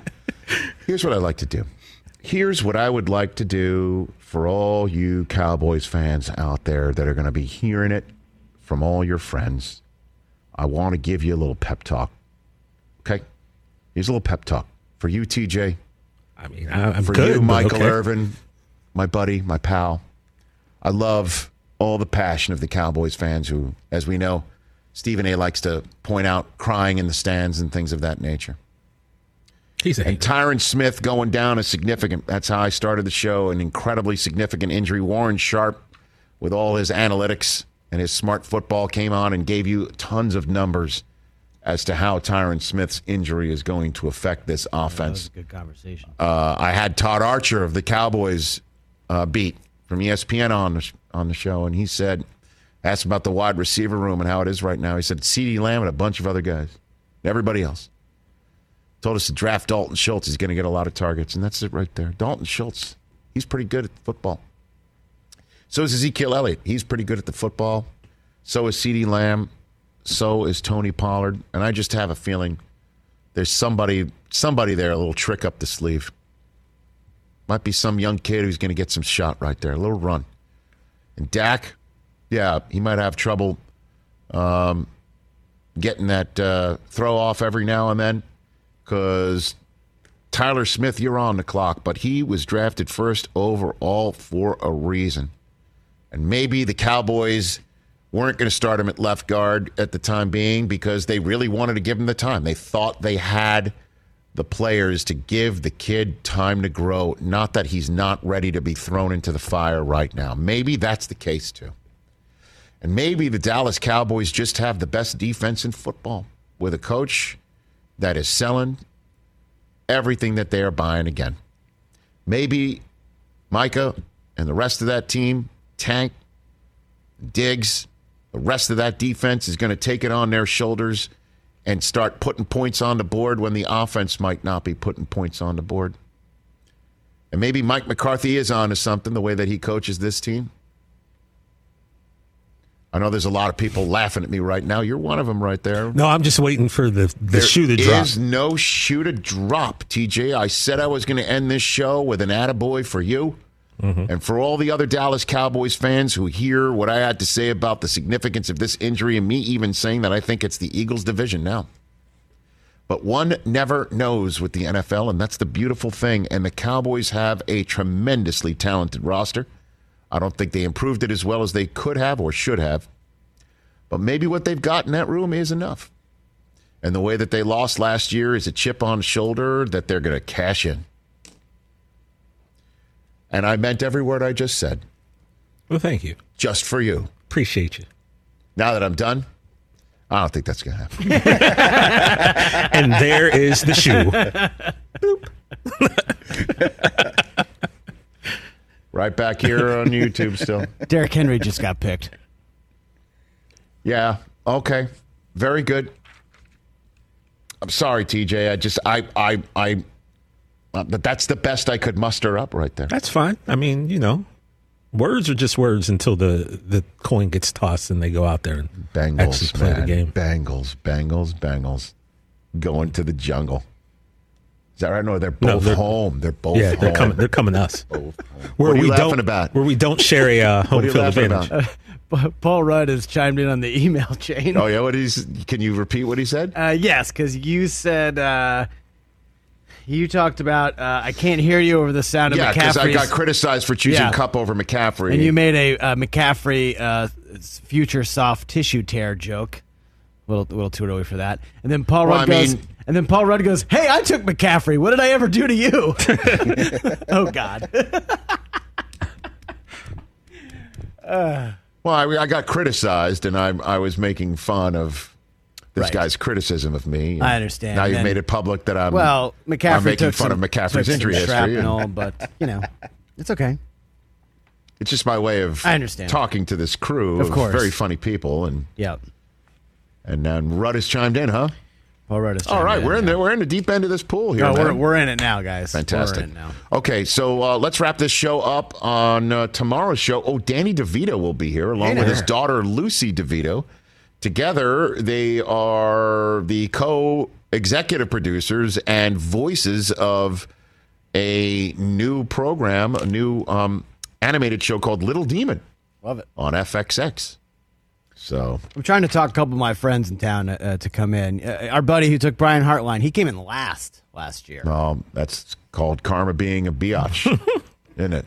A: Here's what I like to do. Here's what I would like to do for all you Cowboys fans out there that are going to be hearing it from all your friends. I want to give you a little pep talk. Okay? Here's a little pep talk for you, TJ.
F: I mean, I, I'm
A: for
F: good.
A: you,
F: but
A: Michael
F: okay.
A: Irvin, my buddy, my pal. I love all the passion of the Cowboys fans who, as we know, Stephen A likes to point out crying in the stands and things of that nature.
F: He's a
A: and Tyron Smith going down is significant. That's how I started the show. An incredibly significant injury. Warren Sharp, with all his analytics and his smart football, came on and gave you tons of numbers as to how Tyron Smith's injury is going to affect this offense.
D: Good conversation.
A: Uh, I had Todd Archer of the Cowboys uh, beat from ESPN on the, sh- on the show, and he said, asked about the wide receiver room and how it is right now. He said, CeeDee Lamb and a bunch of other guys, and everybody else. Told us to draft Dalton Schultz. He's going to get a lot of targets, and that's it right there. Dalton Schultz, he's pretty good at football. So is Ezekiel Elliott. He's pretty good at the football. So is CeeDee Lamb. So is Tony Pollard. And I just have a feeling there's somebody somebody there, a little trick up the sleeve. Might be some young kid who's going to get some shot right there, a little run. And Dak, yeah, he might have trouble um, getting that uh, throw off every now and then because Tyler Smith, you're on the clock, but he was drafted first overall for a reason. And maybe the Cowboys weren't going to start him at left guard at the time being because they really wanted to give him the time. They thought they had the players to give the kid time to grow, not that he's not ready to be thrown into the fire right now. Maybe that's the case too. And maybe the Dallas Cowboys just have the best defense in football with a coach that is selling everything that they are buying again. Maybe Micah and the rest of that team, Tank, Diggs, the rest of that defense is going to take it on their shoulders and start putting points on the board when the offense might not be putting points on the board. And maybe Mike McCarthy is on to something the way that he coaches this team. I know there's a lot of people laughing at me right now. You're one of them right there.
F: No, I'm just waiting for the, the
A: There
F: shoe to drop.
A: is no shoe to drop, TJ. I said I was going to end this show with an attaboy for you.
F: Mm-hmm.
A: And for all the other Dallas Cowboys fans who hear what I had to say about the significance of this injury and me even saying that I think it's the Eagles division now. But one never knows with the NFL, and that's the beautiful thing. And the Cowboys have a tremendously talented roster. I don't think they improved it as well as they could have or should have. But maybe what they've got in that room is enough. And the way that they lost last year is a chip on shoulder that they're going to cash in. And I meant every word I just said.
F: Well, thank you.
A: Just for you.
F: Appreciate you.
A: Now that I'm done, I don't think that's going to happen.
F: and there is the
D: [laughs]
F: shoe.
A: right back here on YouTube still.
D: [laughs] Derrick Henry just got picked. [laughs]
A: Yeah. Okay. Very good. I'm sorry, TJ. I just I I I. Uh, but that's the best I could muster up right there.
F: That's fine. I mean, you know, words are just words until the the coin gets tossed and they go out there and
A: Bengals,
F: actually play
A: man.
F: the game.
A: Bengals, Bengals, Bengals, going to the jungle. Is that right? No, they're both
F: No, they're-
A: home. They're both.
F: yeah, they're
A: home.
F: coming. They're coming to us.
A: What are you laughing
F: don't,
A: about?
F: Where we don't share a uh,
A: What are
F: home
A: you
F: field
A: laughing
F: advantage.
A: about?
D: Pa- Paul Rudd has chimed in on the email [laughs] chain.
A: Oh yeah, what he's? Can you repeat what he said?
D: Uh, yes, because you said uh, you talked about uh, I can't hear you over the sound
A: yeah,
D: of McCaffrey's.
A: because I got criticized for choosing
D: Yeah.
A: Cup over McCaffrey.
D: And you made a uh, McCaffrey uh, s- future soft tissue tear joke. A little, little too early for that. And then Paul
A: Well,
D: Rudd
A: I
D: goes.
A: mean-
D: and then Paul Rudd goes, "Hey, I took McCaffrey. What did I ever do
A: [laughs]
D: to you?" oh God. Uh,
A: Well, I, I got criticized, and I I was making fun of this
D: Right.
A: guy's criticism of me.
D: I understand.
A: Now you've
D: Then-
A: made it public that I'm
D: well, McCaffrey
A: I'm making
D: took
A: fun
D: some-
A: of
D: took
A: McCaffrey's
D: some
A: injury history.
D: shrapnel,
A: and
D: but
A: [laughs]
D: you know, it's okay.
A: It's just my way of
D: I understand.
A: talking to this crew
D: Of course.
A: very funny people, and
D: Yeah.
A: and now Rudd has chimed in, huh?
D: Paul Rudd has
A: All
D: chimed
A: right,
D: in,
A: we're in
D: yeah.
A: there. We're in the deep end of this pool here.
D: No, we're,
A: man.
D: we're in it now, guys. We're in
A: Fantastic.
D: it now.
A: Okay, so uh, let's wrap this show up on uh, tomorrow's show. Oh, Danny DeVito will be here along
D: Hey
A: with
D: there.
A: his daughter Lucy DeVito. Together, they are the co-executive producers and voices of a new program, a new um, animated show called Little Demon
D: Love it.
A: on FXX. So
D: I'm trying to talk a couple of my friends in town uh, to come in. Uh, our buddy who took Brian Hartline, he came in last last year.
A: um, that's called karma being a biatch,
D: [laughs]
A: isn't it?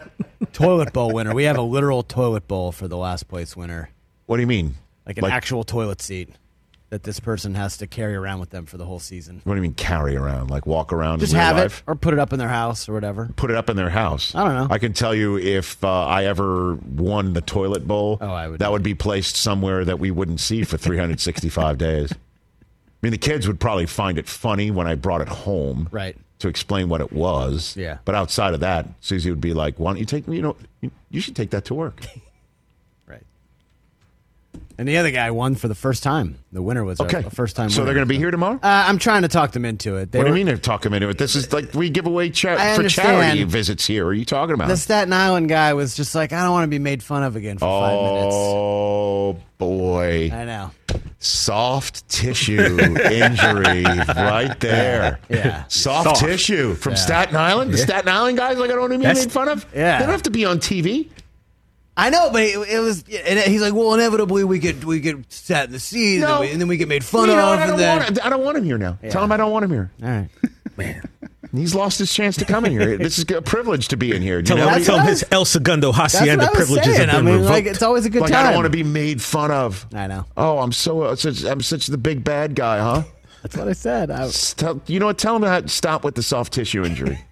A: [laughs]
D: toilet bowl winner. We have a literal toilet bowl for the last place winner,
A: What do you mean?
D: like an actual toilet seat that this person has to carry around with them for the whole season.
A: What do you mean carry around? Like walk around?
D: Just
A: in real
D: have
A: life?
D: it or put it up in their house or whatever.
A: put it up in their house.
D: I don't know.
A: I can tell you if uh, I ever won the toilet bowl, oh, I would that would be placed somewhere that we wouldn't see for 365 days. I mean, the kids would probably find it funny when I brought it home,
D: Right.
A: To explain what it was.
D: Yeah.
A: But outside of that, Susie would be like, "Why don't you take? You know, you- you should take that to
D: [laughs]
A: work."
D: And the other guy won for the first time. The winner was
A: Okay.
D: a, first time.
A: So they're going to be here tomorrow.
D: Uh, I'm trying to talk them into it. They
A: what do
D: were-
A: you mean they're talking into it? This is like we give away cha-
D: I
A: for charity
D: understand.
A: visits here. Are you talking about?
D: The Staten Island guy was just like, I don't want to be made fun of again for
A: oh boy!
D: five minutes. I know.
A: soft tissue
D: [laughs]
A: injury right there.
D: Yeah.
A: Soft,
D: Soft.
A: tissue from
D: Yeah.
A: Staten Island. The
D: Yeah.
A: Staten Island guys, like I don't want to be
D: That's-
A: made fun of.
D: yeah.
A: They don't have to be on TV.
D: I know, but it, it was. And he's like, well, inevitably we get we get set in the seed,
A: No.
D: and, then we, and then we get made fun
A: You know what?
D: of,
A: I
D: and
A: don't,
D: then
A: want, I don't want him here now. Tell him I don't want him here.
D: All [laughs] right.
A: He's lost his chance to come in here. This is a privilege to be in here. Do
F: Tell
A: you know?
F: him, tell him his El Segundo Hacienda privileges have been revoked.
D: always a good
A: I don't
D: time.
A: want to be made fun of.
D: I know.
A: Oh, I'm so uh, such, I'm such the big bad guy, huh?
D: That's what I said. I,
A: Tell, you know what? Tell him to stop with the soft tissue injury.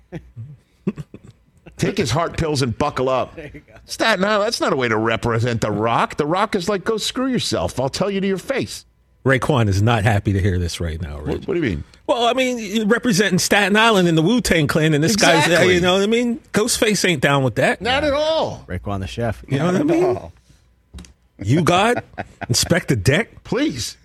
A: Take his heart pills and buckle up. Staten Island, that's not a way to represent The Rock. The Rock is like, go screw yourself. I'll tell you to your face.
F: Raekwon is not happy to hear this right now. Rich.
A: What, what do you mean?
F: Well, I mean, you're representing Staten Island and the Wu Tang Clan, and this guy's, uh,
A: Exactly.
F: you know what I mean? Ghostface ain't down with that.
A: Not at all.
D: Raekwon the chef.
F: [laughs] You know what I mean? You God, inspect the deck.
A: Please.